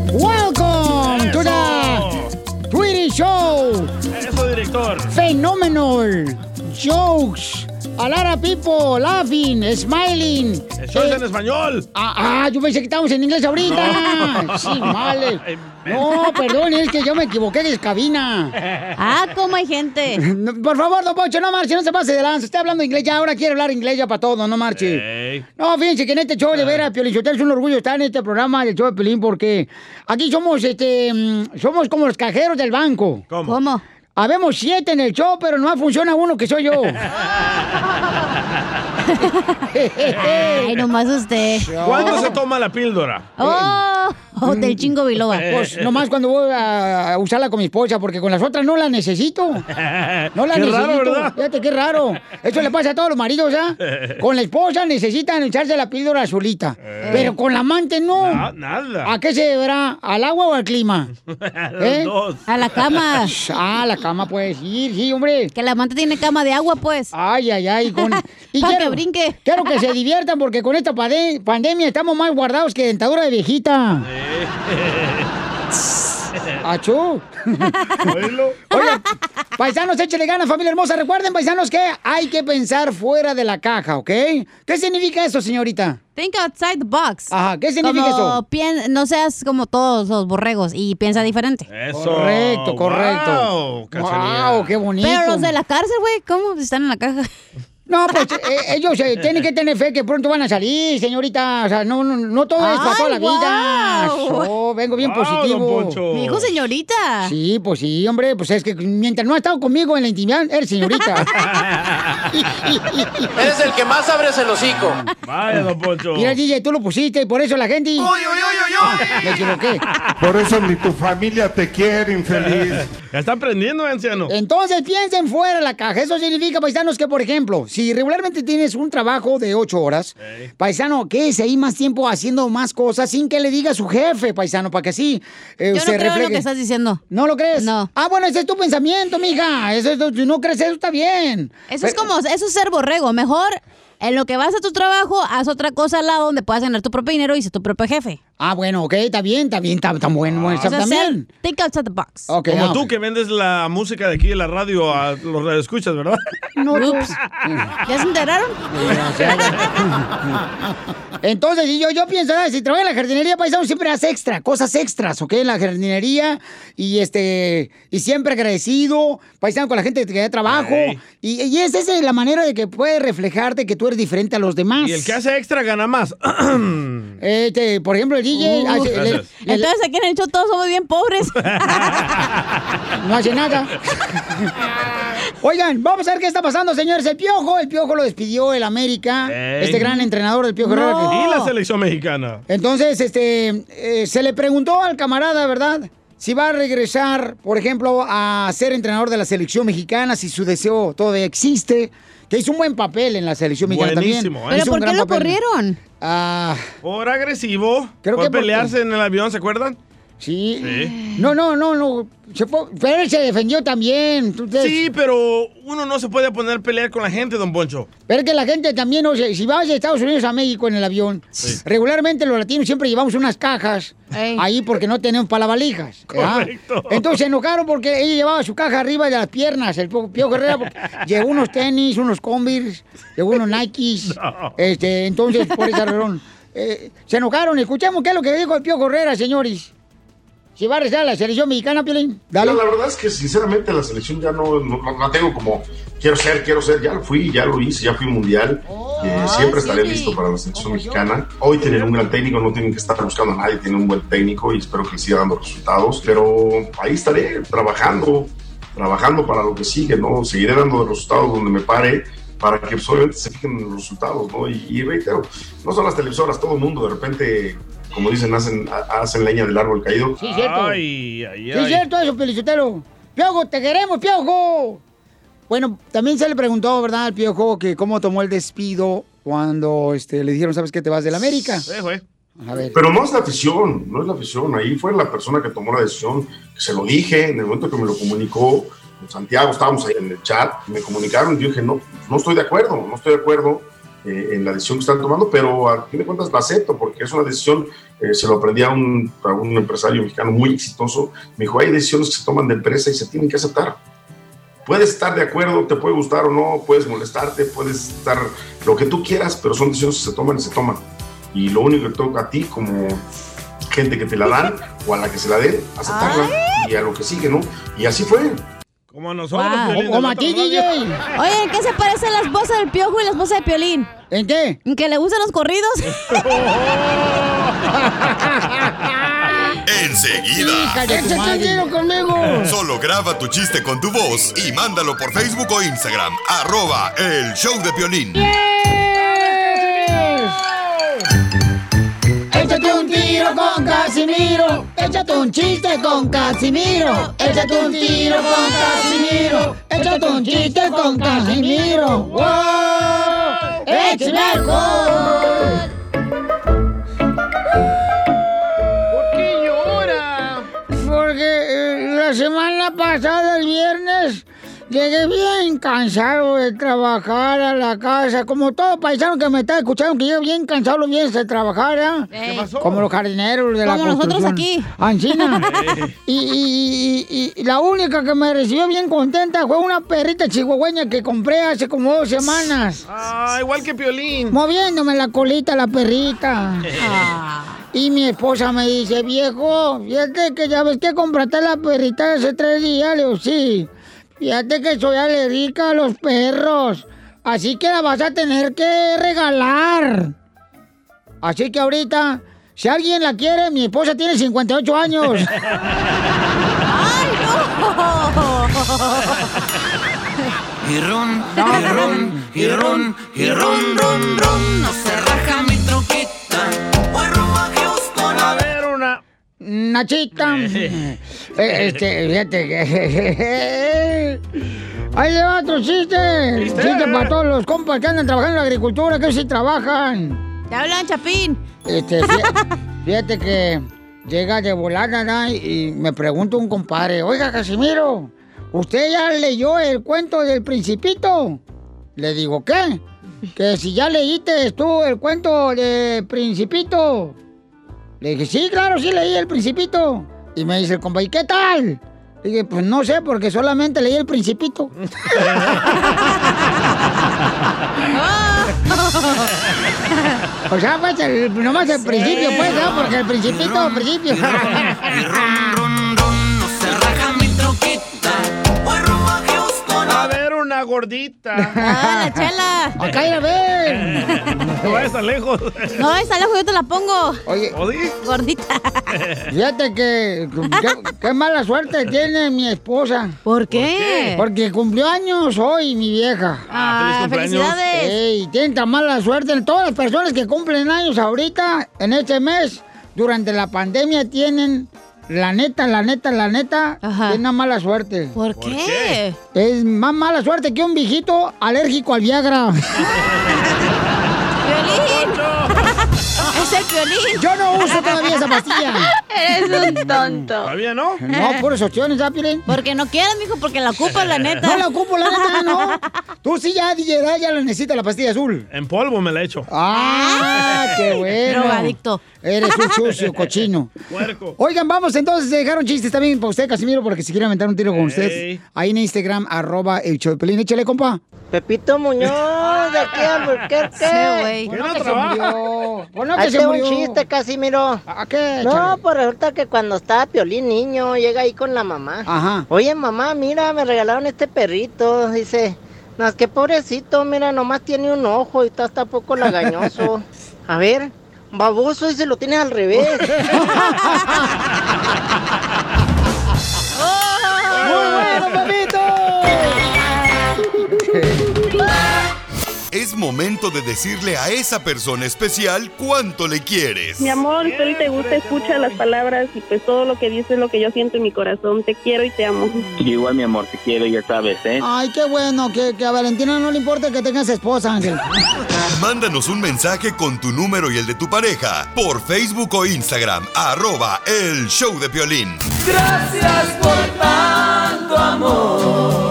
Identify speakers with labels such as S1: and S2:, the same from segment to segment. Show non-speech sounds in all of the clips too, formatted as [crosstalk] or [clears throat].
S1: [laughs] jokes. A lot of people laughing, smiling. Eh,
S2: Eso es en español.
S1: Ah, ah, yo pensé que estábamos en inglés ahorita.
S2: No.
S1: [laughs] Sí, males. No, perdón, es que yo me equivoqué de cabina. Ah, cómo hay gente. Por favor, don Poncho, [laughs] no marche, no se pase de lanza. Está hablando inglés ya, ahora quiere hablar inglés ya para todo, no marche.
S2: Eh,
S1: No, fíjense que en este show de veras, Piolín Sotelo, es un orgullo estar en este programa del show de Pelín porque aquí somos, este, mm, somos como los cajeros del banco. ¿Cómo? Habemos siete en el show, pero no funciona uno que soy yo.
S3: [laughs]
S1: [laughs]
S3: Ay, nomás usted.
S2: ¿Cuándo se toma
S1: [laughs]
S2: la píldora?
S3: ¡Oh! oh, del chingo biloba.
S1: Pues nomás cuando voy a usarla con mi esposa, porque con las otras no la necesito. No la
S2: Qué
S1: necesito.
S2: raro,
S1: [laughs]
S2: ¿verdad?
S1: Fíjate qué raro. Eso le pasa a todos los maridos,
S2: [laughs]
S1: ¿ah? Con la esposa necesitan echarse la píldora solita. Pero con la amante no.
S2: Eh. Na- nada.
S1: ¿A qué se deberá? ¿Al agua o al
S2: [laughs]
S1: clima?
S2: Los
S1: ¿Eh?
S2: dos. [laughs]
S1: [laughs] Ah, a la cama puedes ir, sí, hombre. Que la amante tiene cama de agua, pues. Ay, ay, ay. Con... [laughs]
S3: Pa' que brinque.
S1: Quiero que se diviertan porque con esta pade- pandemia estamos más guardados que dentadura de viejita. ¡Achú! [laughs] Oiga, paisanos, échale ganas, familia hermosa. Recuerden, paisanos, que hay que pensar fuera de la caja, ¿ok? ¿Qué significa eso, señorita?
S3: Think outside the box.
S1: Ajá, ¿qué significa
S3: Como
S1: eso?
S3: pien- no seas como todos los borregos y piensa diferente.
S2: Eso.
S1: Correcto, correcto.
S2: Wow, Cachanilla.
S1: Wow, Ah, oh, qué bonito.
S3: Pero los de la cárcel, güey, ¿cómo están en la caja?
S1: [laughs] No, pues eh, ellos eh, tienen que tener fe que pronto van a salir, señorita. O sea, no, no, no todo es Pues, para toda la
S3: Ay,
S1: vida.
S3: guau.
S1: Yo vengo bien
S3: Guau,
S1: positivo.
S3: don Poncho. Me dijo señorita.
S1: Sí, pues sí, hombre. Pues es que mientras no ha estado conmigo en la intimidad,
S3: [laughs]
S1: eres señorita.
S4: Eres el que más abres el hocico.
S2: Vaya, don Poncho.
S1: Mira, DJ, tú lo pusiste y por eso la gente... Me equivoqué.
S5: Por eso ni tu familia te quiere, infeliz.
S2: Ya [laughs] está aprendiendo, eh, anciano.
S1: Entonces piensen fuera de la caja. Eso significa, paisanos, que por ejemplo, si regularmente tienes un trabajo de ocho horas, paisano, ¿qué es ahí más tiempo haciendo más cosas sin que le diga a su jefe, paisano? Para que así eh,
S3: Yo no
S1: se
S3: creo en lo
S1: refleje.
S3: que estás diciendo.
S1: ¿No lo crees? No. Ah, bueno, ese es tu pensamiento, mija. Eso es, si no crees, eso está bien.
S3: Eso es como, eso es ser borrego. Mejor en lo que vas a tu trabajo, haz otra cosa al lado donde puedas ganar tu propio dinero y ser tu propio jefe. Ah.
S1: Ah, bueno, ok, está bien, está bien, está, está bueno.
S3: O
S1: está-
S3: sea,
S1: también.
S3: ser- think outside the box.
S1: Ok,
S2: Como
S1: ah,
S2: tú que vendes la música de aquí de la radio a los radioescuchas, ¿verdad? [laughs]
S1: No, pues.
S3: Ups. ¿Ya se enteraron?
S1: Entonces, y yo, yo pienso, ah, si trabajas en la jardinería, paisano, siempre haz extra, cosas extras, ¿ok? En la jardinería y este y siempre agradecido, paisano, con la gente que da trabajo.
S2: Ey.
S1: Y, y esa es la manera de que puedes reflejarte que tú eres diferente a los demás.
S2: Y el que hace extra gana más. [clears throat]
S1: Este, por ejemplo, el DJ...
S3: Uh.
S1: hace- le-
S2: Gracias.
S1: le-
S3: Entonces aquí en el show todos somos bien pobres.
S1: [laughs] no hace nada. Oigan, vamos a ver qué está pasando, señores. El Piojo, el Piojo lo despidió el América,
S2: Ey.
S1: este gran entrenador del Piojo Herrera que-
S2: Y la selección mexicana.
S1: Entonces, este, eh, se le preguntó al camarada, ¿verdad? Si va a regresar, por ejemplo, a ser entrenador de la selección mexicana, si su deseo todavía existe, que hizo un buen papel en la selección mexicana
S2: Buenísimo,
S1: también.
S3: ¿Pero
S1: Hizo
S2: ¿eh?
S1: un
S3: por qué
S1: gran
S3: lo
S1: papel.
S3: corrieron?
S1: Ah,
S2: Por agresivo.
S1: Creo
S2: por
S1: que porque-
S2: pelearse en el avión, ¿se acuerdan?
S1: sí.
S2: Sí.
S1: No, no, no, no. Se fue- pero él se defendió también. tú te-
S2: Sí, pero uno no se puede poner a pelear con la gente, don Poncho.
S1: Pero es que la gente también, o sea, si vas de Estados Unidos a México en el avión, regularmente los latinos siempre llevamos unas cajas ahí porque no tenemos para valijas. ¿verdad?
S2: Correcto.
S1: Entonces se enojaron porque ella llevaba su caja arriba de las piernas, el Pio Pio Herrera, porque llevó unos tenis, unos Converse, llevó unos Nikes. Este, entonces, por esa
S6: [laughs]
S1: razón, eh, se enojaron. Escuchemos qué es lo que dijo el Pio Herrera, señores. Si va a rezar la selección mexicana, Piolín, dale.
S7: Mira, La verdad es que sinceramente la selección ya no, no, no- no tengo como quiero ser, quiero ser, ya lo fui, ya lo hice, ya fui mundial.
S1: Oh,
S7: Eh, siempre estaré listo para la selección mexicana. Hoy tienen un gran técnico, no tienen que estar buscando a nadie, tienen un buen técnico y espero que les siga dando resultados. Pero ahí estaré trabajando, trabajando para lo que sigue, ¿no? Seguiré dando resultados donde me pare para que pues, obviamente se fijen en los resultados, ¿no? Y, y reitero, no son las televisoras, todo el mundo de repente, como dicen, hacen, ha- hacen leña del árbol caído.
S1: Sí, cierto.
S2: Ay, ay,
S1: Sí, es
S2: ay.
S1: cierto eso, Pelicotero. Piojo, te queremos, Piojo. Bueno, también se le preguntó, ¿verdad, al Piojo, que cómo tomó el despido cuando este, le dijeron, ¿sabes qué? Te vas del América.
S2: Eh, güey.
S1: A ver.
S7: Pero no es la afición, no es la afición. Ahí fue la persona que tomó la decisión. Se lo dije en el momento que me lo comunicó. con Santiago, estábamos ahí en el chat, me comunicaron. Yo dije, no, no estoy de acuerdo, no estoy de acuerdo eh, en la decisión que están tomando, pero a fin de cuentas la acepto porque es una decisión. eh, se lo aprendí a un, a un empresario mexicano muy exitoso. Me dijo, hay decisiones que se toman de empresa y se tienen que aceptar. Puedes estar de acuerdo, te puede gustar o no, puedes molestarte, puedes estar lo que tú quieras, pero son decisiones que se toman y se toman. Y lo único que toca a ti como gente que te la dan o a la que se la den, aceptarla y a lo que sigue, ¿no? Y así fue.
S2: Como a nosotros.
S1: Wow.
S2: Piolín,
S1: Como
S2: de
S1: a
S2: la
S1: ti,
S2: otra
S1: DJ.
S2: radio.
S3: Oye, ¿en qué se parecen las voces del piojo y las voces de piolín?
S1: ¿En qué?
S3: ¿En que le gustan los [laughs]
S2: [laughs]
S3: corridos?
S8: Enseguida.
S1: ¡Échate un tiro conmigo!
S8: Solo graba tu chiste con tu voz y mándalo por Facebook o Instagram. Arroba el show de Piolín.
S1: Échate un tiro con Casimiro. Échate un chiste con Casimiro. Échate un tiro con Casimiro. Échate un chiste con Casimiro. ¡Wow! ¡Échame alcohol! ¿Por qué llora? Porque eh, la semana pasada, el viernes, llegué bien cansado de trabajar a la casa. Como todo paisano que me está escuchando, que yo bien cansado los viernes de trabajar, ¿ah?
S3: ¿Qué pasó?
S1: Como los jardineros de la
S3: Como nosotros
S1: construcción.
S3: aquí.
S1: Ancina. Y, y- y- y la única que me recibió bien contenta fue una perrita chihuahueña que compré hace como dos semanas.
S2: Ah, igual que Piolín.
S1: Moviéndome la colita la perrita. Y mi esposa me dice, viejo, fíjate que ya ves que compraste la perrita hace tres días. Le digo, sí. Fíjate que soy alérgica a los perros. Así que la vas a tener que regalar. Así que ahorita, si alguien la quiere, mi esposa tiene 58 años.
S3: ¡Ay, no!
S9: Y ron, y ron, y ron, y ron, ron, ron, no se raja mi troquita. Voy rumbo a Houston a ver.
S2: una.
S3: [laughs]
S1: Nachita. Eh, este, fíjate que. [laughs] Ahí lleva otro chiste. Chiste para todos los compas que andan trabajando en la agricultura, que sí trabajan.
S3: Te hablan, Chapín.
S1: Este, fí-
S3: [laughs]
S1: fíjate que llega de volada ¿no? y y me pregunta un compadre, oiga Casimiro, ¿usted ya leyó el cuento del principito? Le digo, ¿qué? Que si ya leíste tú el cuento de principito. Le dije, sí, claro, sí leí el principito. Y me dice el compa, ¿y qué tal? Le dije, pues no sé, porque solamente leí el principito. [laughs] o sea, pues el- nomás el principio, pues, ¿no? Porque el principito, el principio.
S2: A ver, una
S3: [laughs]
S2: gordita.
S3: ¡Ah, la chela!
S1: Acá ir a ver.
S2: No vayas tan lejos.
S3: No, esa lejos yo te la pongo.
S1: Oye,
S2: ¿O sí?
S3: Gordita.
S1: fíjate que qué- qué mala suerte tiene mi esposa.
S3: ¿Por qué?
S1: Porque cumplió años hoy, mi vieja.
S2: Ah,
S3: Ah,
S2: feliz cumpleaños.
S3: felicidades.
S1: Ey, tienen tan mala suerte. Todas las personas que cumplen años ahorita, en este mes, durante la pandemia, tienen, la neta, la neta, la neta,
S3: Ajá.
S1: tienen una mala suerte.
S3: ¿Por
S2: ¿Por
S3: qué?
S2: qué?
S1: Es más mala suerte que un viejito alérgico al Viagra.
S3: ¡Piolín! [laughs] ¡Es el piolín!
S1: Yo no uso todavía esa pastilla.
S3: [laughs]
S10: Eres un tonto.
S2: ¿Todavía no?
S1: No, puras opciones, ¿ah, Piolín?
S3: Porque no quieras, mijo, porque la ocupas, la
S1: No
S3: neta.
S1: la ocupo, la neta, no. Tú sí ya, DJ, ya la necesitas la pastilla azul.
S2: En polvo me la he hecho.
S1: Ah, qué bueno.
S3: Drogadicto.
S1: Eres un sucio, cochino.
S2: Puerco.
S1: Oigan, vamos entonces, dejaron chistes también para usted, Casimiro, porque si quiere aventar un tiro con usted,
S2: Ey.
S1: ahí en Instagram, arroba el show de Pelín. Échale, compa.
S11: Pepito Muñoz, de aquí
S12: [laughs]
S11: a Alburquerque.
S3: Sí, güey.
S2: ¿Qué no trabaja?
S1: murió. Bueno,
S11: Ahí
S1: que
S11: tengo
S1: se
S11: un
S1: murió.
S11: chiste, Casimiro.
S1: ¿A qué?
S11: No,
S1: Échale.
S11: pues resulta que cuando estaba Piolín niño, llega ahí con la mamá.
S1: Ajá.
S11: Oye, mamá, mira, me regalaron este perrito. Dice, no, es que pobrecito, mira, nomás tiene un ojo y está hasta poco
S1: [laughs]
S11: lagañoso. A ver, baboso, y se lo tienes al revés.
S12: [laughs]
S1: ¡Muy bueno, Pepito!
S8: Es momento de decirle a esa persona especial cuánto le quieres.
S10: Mi amor, si hoy te gusta, escucha las palabras y pues todo lo que dices es lo que yo siento en mi corazón. Te quiero y te amo.
S12: Igual, mi amor, te quiero, ya sabes, ¿eh?
S1: [laughs]
S8: Ah.
S1: Ay, qué bueno, que, que a Valentina no le importa que tengas esposa, Ángel.
S8: Mándanos un mensaje con tu número y el de tu pareja por Facebook o Instagram. Arroba el show de Piolín.
S9: Gracias por tanto amor.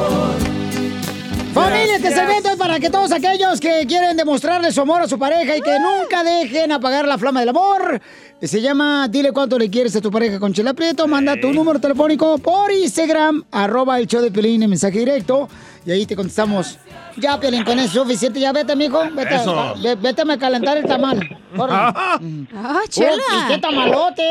S1: Familia, este segmento es para que todos aquellos que quieren demostrarle su amor a su pareja y que nunca dejen apagar la flama del amor. Se llama Dile cuánto le quieres a tu pareja con Chela Prieto. Manda tu número telefónico por Instagram, arroba el show de Piolín en mensaje directo. Y ahí te contestamos. Ya, Piolín, con eso es suficiente. Ya vete, mijo. Vete,
S12: Eso.
S1: ve- vete a calentar el tamal. Corre.
S12: Ah.
S1: ¡Ah, ¿Y qué tamalote!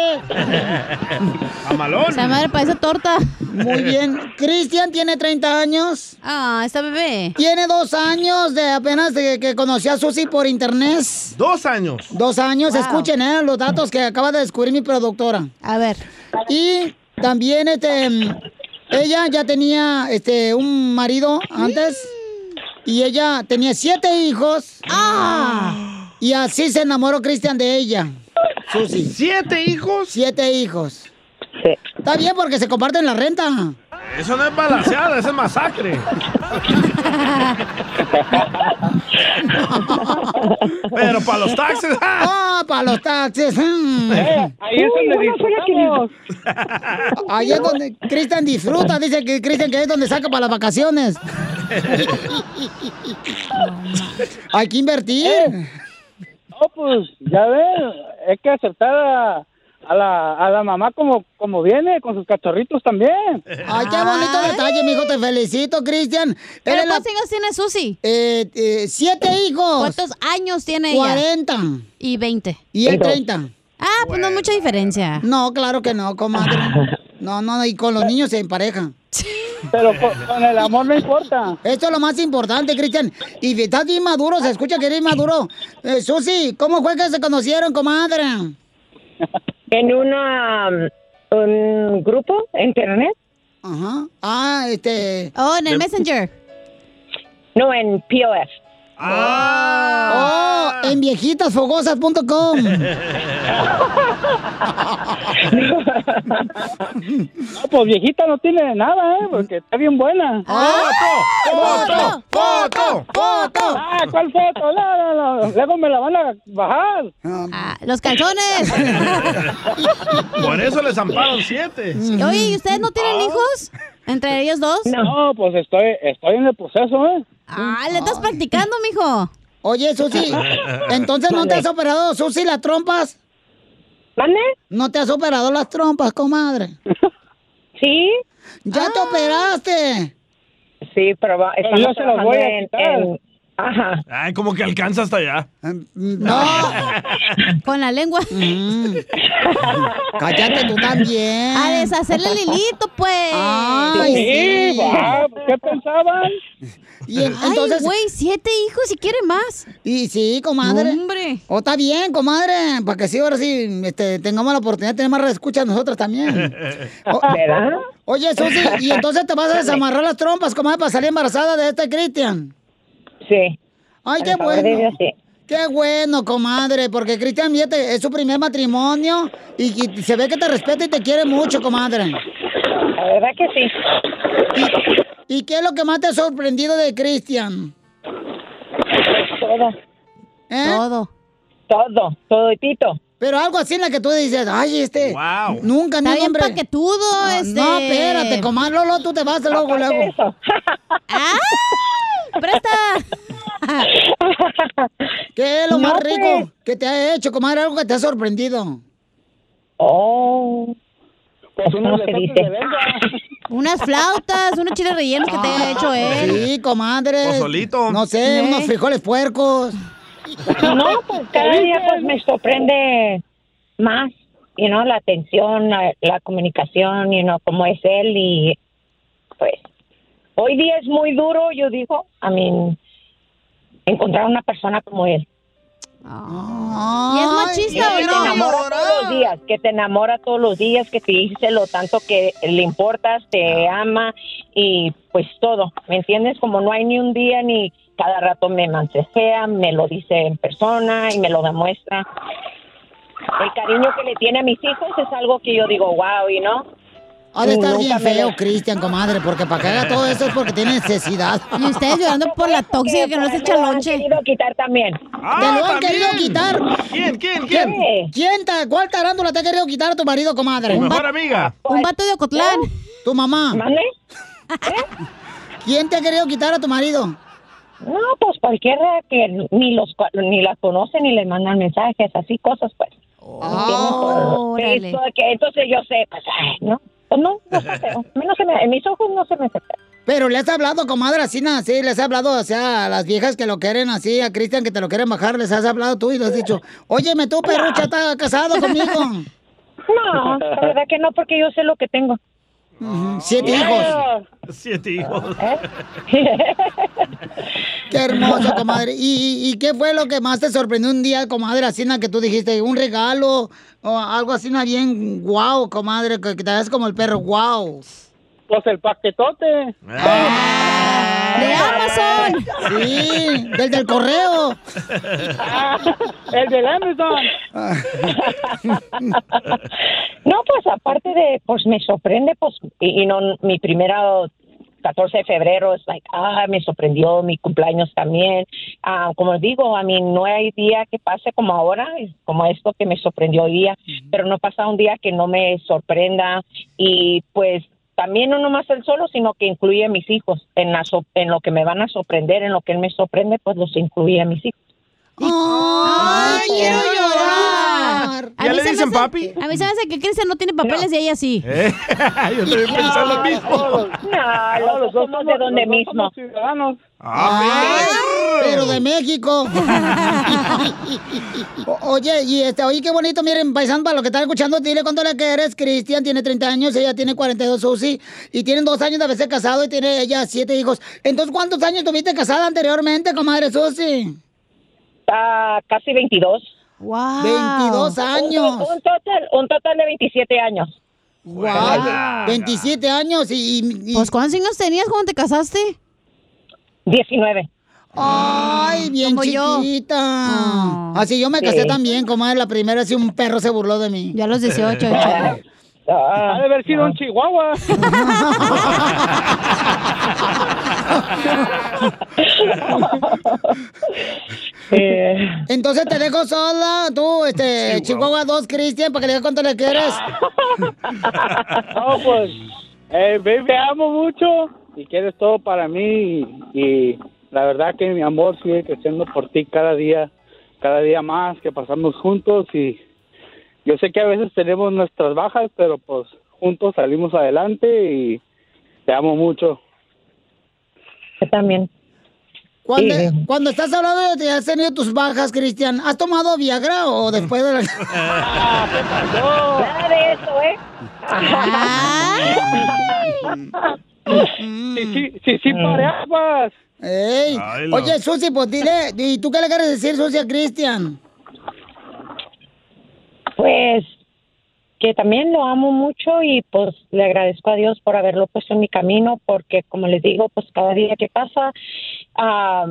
S2: Amalón.
S3: Esa madre parece torta.
S1: Muy bien. Cristian tiene 30 años.
S3: Ah, está bebé.
S1: Tiene dos años de apenas de que conocí a Susi por internet.
S2: Dos años.
S1: Dos años. Escuchen eh, los datos que acaba de descubrir mi productora.
S3: A ver.
S1: Y también este, mm, ella ya tenía este un marido antes y ella tenía siete hijos. Ah. Y así se enamoró Cristian de ella. Susi.
S2: Siete hijos.
S1: Siete hijos. Está bien porque se comparten la renta.
S2: Eso no es balanceada, eso
S1: [laughs]
S2: es masacre. Pero para los taxes.
S1: [laughs] Ah, para los taxis. mm.
S2: Eh, ahí es Uy, donde bueno, fue la que disfrutamos.
S1: Ahí es donde Cristian disfruta. Dice que Cristian que ahí es donde saca para las vacaciones. Hay que invertir.
S11: Eh, No, pues ya ven, hay que aceptar a, a la, a la mamá como, como viene, con sus cachorritos también.
S1: [laughs] Ay,
S11: Ah.
S1: qué bonito detalle, mijo. Te felicito, Cristian.
S3: ¿Pero
S1: Eres la-
S3: cuántos hijos tiene Susi?
S1: Eh, siete hijos.
S3: ¿Cuántos años tiene ella?
S1: 40.
S3: Y 20.
S1: Y él 30.
S3: Ah, pues no es mucha diferencia.
S1: No, claro que no, comadre. No, no, y con los niños en pareja.
S11: Pero con, el amor no importa.
S1: Esto es lo más importante, Cristian. Y estás bien maduro, se escucha que eres maduro. Eh, Susi, ¿cómo fue que se conocieron, comadre?
S13: En una, um, un grupo, internet.
S1: Ajá. Ah, este.
S3: Oh, en el Messenger.
S13: No, en POF.
S11: Ah.
S1: Oh, en viejitasfogosas.com.
S11: No, pues viejita no tiene nada, ¿eh? Porque está bien buena.
S12: Ah,
S1: Ah,
S12: ¡Foto!
S11: ¡Foto!
S1: ¡Foto!
S11: Ah, ¿cuál foto? No, no, no. Luego me la van a bajar.
S3: Ah, los calzones.
S11: [laughs]
S2: Por eso les amparon siete.
S3: Oye, ¿y ustedes no tienen hijos? ¿Entre ellos dos?
S11: No, pues estoy, estoy en el proceso, ¿eh?
S3: Ah, le estás practicando, mijo.
S1: Oye,
S11: [laughs]
S1: Susi, entonces no te has operado, Susi, las trompas.
S13: ¿Mande?
S1: No te has operado las trompas, comadre.
S13: [laughs] Sí. Ah.
S1: Ya te operaste.
S13: Sí, pero va-
S2: Pero
S13: estamos
S2: yo se las voy a
S13: trabajando en-
S2: quitar.
S13: en- Ajá.
S2: Ay, como que alcanza hasta allá.
S1: Em, No.
S3: Con la lengua.
S1: Mm.
S3: [laughs]
S1: Cállate tú también.
S3: A deshacerle el hilito, pues.
S1: Ay, sí.
S11: ¿Qué pensaban?
S1: Y en- entonces.
S3: güey, siete hijos y quiere más.
S1: Y sí, comadre.
S3: No, hombre.
S1: O está bien, comadre. Para que sí, ahora sí este, tengamos la oportunidad de tener más escucha nosotras
S2: [laughs]
S1: también. O-
S13: [laughs] ¿Verdad?
S1: Oye, Susi, ¿y entonces te vas a desamarrar las trompas, comadre, para salir embarazada de este Cristian?
S13: Sí.
S1: Ay,
S13: Por
S1: qué
S13: el favor de
S1: bueno.
S13: Dios, sí.
S1: Qué bueno, comadre, porque Cristian Miete es su primer matrimonio y, y se ve que te respeta y te quiere mucho, comadre.
S13: La verdad que sí.
S1: ¿Y, y qué es lo que más te ha sorprendido de Cristian?
S13: Todo.
S3: Todo.
S13: Todo, todo tito.
S1: ¿Eh? Pero algo así en la que tú dices, ay, este, nunca
S3: Está
S1: ni un
S3: bien
S1: hombre...
S3: paquetudo,
S1: No,
S3: este.
S1: No, espérate, comadre, Lolo, tú te vas luego,
S13: Aparte de
S1: luego. [laughs]
S13: eso. Ah,
S1: ¿Qué es lo
S13: No,
S1: más
S13: pues.
S1: rico que te ha hecho, comadre? Algo que te ha sorprendido.
S13: Oh. Pues
S1: unos
S13: ¿cómo se
S1: besotes
S13: dice?
S1: de
S3: Unas flautas, unos chiles rellenos que te haya hecho él.
S1: Sí, comadre.
S2: Pozolito.
S1: No sé,
S3: ¿Eh?
S1: unos frijoles puercos.
S3: [laughs]
S13: No, pues cada día
S1: [laughs]
S13: pues me sorprende más, y no la atención, la, la comunicación, y no cómo es él y pues hoy día es muy duro, yo digo, a mí encontrar una persona como él.
S3: ¿Y es machista
S13: Que te
S3: o
S13: enamora
S3: no?
S13: todos los días, que te enamora todos los días, que te dice lo tanto que le importas, te ama y pues todo, ¿me entiendes? Como no hay ni un día ni cada rato me mansejea, me lo dice en persona y me lo demuestra. El cariño que le tiene a mis hijos es algo que yo digo, wow, ¿y no?
S1: Ha de
S13: Y
S1: estar bien
S13: nunca me
S1: feo,
S13: lo-
S1: Cristian, comadre, porque para que haga todo eso es porque tiene
S13: [laughs]
S1: necesidad.
S3: Y ustedes llorando por la tóxica que no les echa lonche.
S13: Quiero quitar también.
S1: te lo han querido quitar.
S2: ah, ¿Quién, quién,
S1: ¿Quién?
S2: quién?
S1: ¿Quién ta- ¿Cuál tarántula te ha querido quitar a tu marido, comadre?
S2: Tu mejor amiga.
S3: Un vato de Ocotlán.
S1: Tu mamá.
S13: ¿Mande?
S1: ¿Quién te ha querido quitar a tu marido?
S13: No, pues cualquiera que ni los ni las conoce ni le mandan mensajes, así cosas pues. Entiendo todo. Que entonces
S12: [laughs]
S13: yo [laughs] sé, pues, ay, no, pues no, no paseo. A mí no se me- en mis ojos no se me acepta.
S1: Pero le has hablado, comadre, así, nada, sí, les has hablado, o sea, a las viejas que lo quieren así, a Cristian que te lo quieren bajar, les has hablado tú y le has dicho, óyeme tú, perrucha, está casado conmigo.
S13: [laughs] No, la verdad que no, porque yo sé lo que tengo.
S1: Siete hijos.
S2: Siete hijos. ¿Eh?
S1: [laughs]
S13: pues, [laughs]
S1: Qué hermoso, comadre. ¿Y, y- y qué fue lo que más te sorprendió un día, comadre, así, na, que tú dijiste, un regalo o algo así, na, bien guau, comadre, que, que te hagas como el perro, guau?
S11: Pues el paquetote.
S1: ¡De Amazon! Ah. Sí, del del correo.
S11: el del Amazon.
S13: [laughs]
S12: [laughs]
S13: No, pues aparte de, pues me sorprende, pues, y, y no, mi primera 14 de febrero es like, ah, me sorprendió, mi cumpleaños también. Ah, como digo, a mí no hay día que pase como ahora, como esto que me sorprendió hoy día, pero no pasa un día que no me sorprenda y pues también no nomás él solo, sino que incluye a mis hijos en, la so- en lo que me van a sorprender, en lo que él me sorprende, pues los incluye a mis hijos.
S3: ¡Ay, quiero llorar!
S2: ¿Ya le dicen
S3: papi? A mí se me hace que Cristian no tiene papeles y ella sí.
S2: ¿Eh? Yo estoy pensando lo
S13: [laughs]
S2: mismo.
S13: No, los dos somos de donde mismo.
S11: ciudadanos.
S1: Ay, pero de México. O- oye, y este, oye, qué bonito, miren, paisano, para lo que están escuchando, dile cuánto le quieres. Cristian tiene 30 años, ella tiene 42, Susi, y tienen dos años de haberse casado y tiene ella siete hijos. Entonces, ¿cuántos años tuviste casada anteriormente, comadre Susi?
S13: Está casi 22.
S3: ¡Wow!
S1: 22 años.
S13: Un, un total, un total de 27 años.
S1: ¡Wow! 27 años y...
S3: Pues, ¿cuántos años tenías cuando te casaste?
S13: 19.
S1: Ay, bien
S3: Como yo. Ah.
S1: chiquita. Así yo me casé
S3: Sí.
S1: también, comadre, la primera, si un perro se burló de mí.
S3: Ya a los
S12: [laughs]
S11: Eh,
S3: eh. 18,
S1: ya.
S11: Ha de haber sido un chihuahua.
S1: Entonces te dejo sola, tú, este, Chihuahua 2, Cristian, para que le digas cuánto le quieres.
S11: No, pues, eh, baby, te amo mucho y que eres todo para mí y, y la verdad que mi amor sigue creciendo por ti cada día, cada día más que pasamos juntos y yo sé que a veces tenemos nuestras bajas, pero pues juntos salimos adelante y te amo mucho.
S13: Yo también.
S1: Cuando,
S11: Sí.
S1: cuando estás hablando de que has tenido tus bajas, Cristian, ¿has tomado Viagra o
S11: Mm.
S1: después
S11: [laughs]
S1: de la...
S13: Nada de eso, ¿eh?
S2: Mm.
S11: Sí, sí, sí, sí,
S13: Mm.
S11: pareaguas.
S1: Ey.
S11: Ay, no.
S1: Oye, Susi, pues dile, ¿y tú qué le quieres decir, Susi, a Cristian?
S13: Pues que también lo amo mucho y pues le agradezco a Dios por haberlo puesto en mi camino porque como les digo, pues cada día que pasa ah,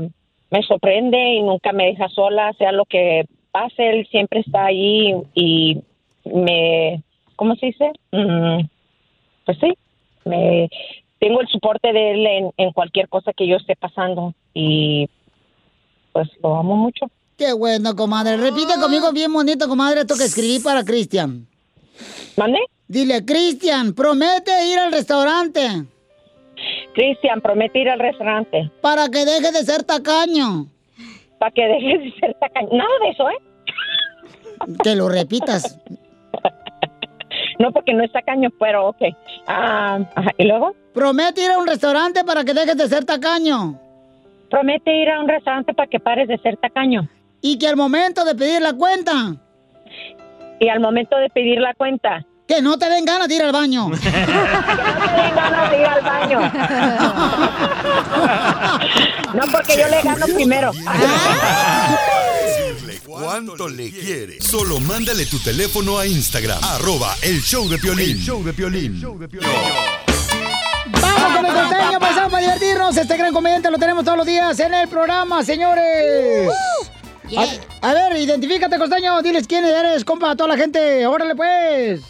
S13: me sorprende y nunca me deja sola, sea lo que pase, él siempre está ahí y me, ¿cómo se dice? Mm, pues sí, me, tengo el soporte de él en, en cualquier cosa que yo esté pasando y pues lo amo mucho.
S1: Qué bueno, comadre. Repite
S13: Ah.
S1: conmigo bien bonito, comadre, esto que escribí para Cristian.
S13: ¿Mande?
S1: Dile, Cristian, promete ir al restaurante.
S13: Cristian, promete ir al restaurante.
S1: Para que deje de ser tacaño.
S13: Para que deje de ser tacaño. Nada de eso, ¿eh?
S1: Que lo repitas.
S13: [laughs] No, porque no es tacaño, pero ok. Ah, ajá, ¿Y luego?
S1: Promete ir a un restaurante para que dejes de ser tacaño.
S13: Promete ir a un restaurante para que pares de ser tacaño.
S1: Y que al momento de pedir la cuenta.
S13: Y al momento de pedir la cuenta.
S1: Que no te den ganas de ir al
S13: [laughs]
S1: baño.
S13: Tengo ganas de ir al baño. No, porque yo le gano primero.
S1: Ah.
S8: ¿Cuánto le quieres? Solo mándale tu teléfono a Instagram, arroba el show de Piolín. show de Piolín.
S1: Vamos con el costeño, pasamos para divertirnos. Este gran comediante lo tenemos todos los días en el programa, señores.
S12: Yeah.
S1: A, a ver, identifícate, costeño. Diles quién eres, compa, a toda la gente. Órale, pues.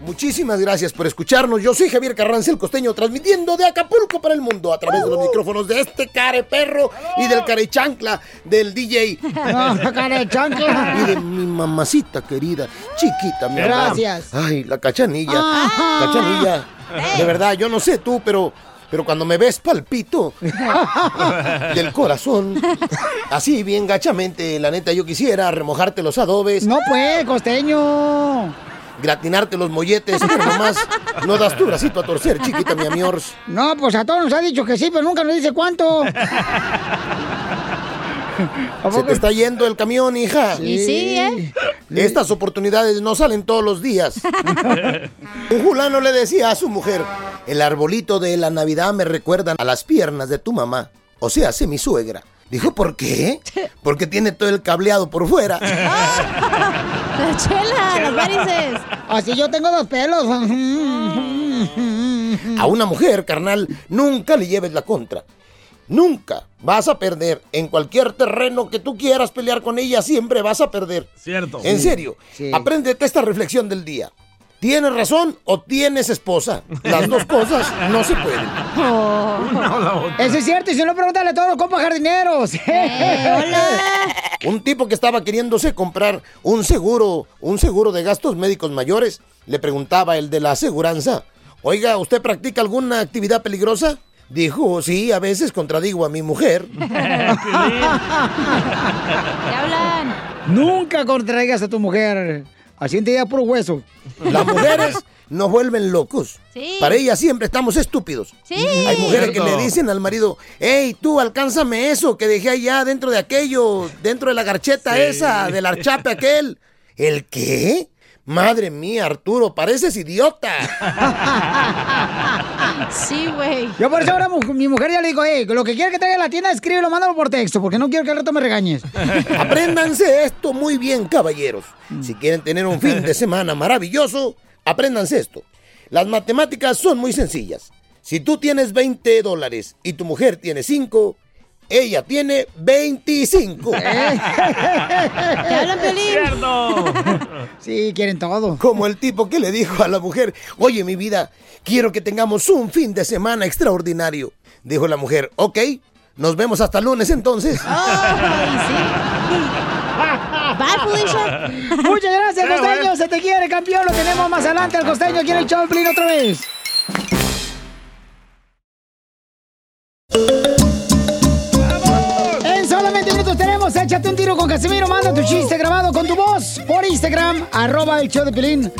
S6: Muchísimas gracias por escucharnos. Yo soy Javier Carranza el Costeño, transmitiendo de Acapulco para el mundo a través de los micrófonos de este care perro y del care chancla del DJ. [laughs]
S1: No, care chancla.
S6: Y de mi mamacita querida, chiquita, mi amor.
S1: Gracias.
S6: Ay, la cachanilla.
S1: Ah.
S6: Cachanilla. De verdad, yo no sé tú, pero Pero cuando me ves palpito del corazón, así bien gachamente, la neta, yo quisiera remojarte los adobes.
S1: No pues, costeño.
S6: Gratinarte los molletes, pero nomás no das tu bracito a torcer, chiquita, mi amor.
S1: No, pues a todos nos ha dicho que sí, pero nunca nos dice cuánto.
S6: Se te está yendo el camión, hija.
S3: Y sí, ¿eh?
S6: Estas oportunidades no salen todos los
S3: [laughs]
S6: días. Un fulano le decía a su mujer, el arbolito de la Navidad me recuerda a las piernas de tu mamá, o sea, sí, mi suegra. Dijo, ¿por qué? Porque tiene todo el cableado por
S3: [laughs]
S6: fuera.
S3: La chela, las varices.
S1: [laughs] Así yo tengo dos pelos.
S6: A una mujer, carnal, nunca le lleves la contra. Nunca vas a perder. En cualquier terreno que tú quieras pelear con ella, siempre vas a perder.
S2: Cierto.
S6: En serio, apréndete esta reflexión del día. ¿Tienes razón o tienes esposa? Las dos cosas no se pueden.
S1: Oh.
S12: [laughs]
S1: Eso es cierto, y si no, pregúntale a todos los compas jardineros.
S6: Un tipo que estaba queriéndose comprar un seguro, un seguro de gastos médicos mayores, le preguntaba el de la aseguranza, oiga, ¿usted practica alguna actividad peligrosa? Dijo, sí, a veces contradigo a mi mujer.
S1: Nunca contraigas a tu mujer. Así te por puro hueso.
S6: Las mujeres nos vuelven locos.
S1: Sí.
S6: Para ellas siempre estamos estúpidos.
S1: Sí.
S6: Hay mujeres que
S1: Cierto.
S6: le dicen al marido, hey, tú alcánzame eso que dejé allá dentro de aquello, dentro de la garcheta
S9: Sí.
S6: esa, del archape aquel. ¿El qué? Madre mía, Arturo, pareces idiota.
S3: Sí, güey.
S1: Yo por eso ahora mu- mi mujer ya le digo, hey, lo que quiera que traiga a la tienda, escríbelo, mándalo por texto, porque no quiero que al rato me regañes.
S6: Apréndanse esto muy bien, caballeros. Si quieren tener un fin de semana maravilloso, apréndanse esto. Las matemáticas son muy sencillas. Si tú tienes 20 dólares y tu mujer tiene 5, ella tiene
S1: [laughs]
S6: 25.
S1: ¿Eh?
S9: hablan, Piolín?
S1: [laughs] Sí, quieren todo.
S6: Como el tipo que le dijo a la mujer, oye mi vida, quiero que tengamos un fin de semana extraordinario. Dijo la mujer, ok, nos vemos hasta lunes entonces.
S1: Bye, Felicia. [laughs] Muchas gracias,
S9: Qué
S1: costeño.
S9: bueno.
S1: Se te quiere, campeón. Lo tenemos más adelante al costeño. Quiere el Choplin otra vez. En solamente minutos tenemos Échate un tiro con Casimiro. Manda tu chiste grabado con tu voz por Instagram, arroba el show de Pilín.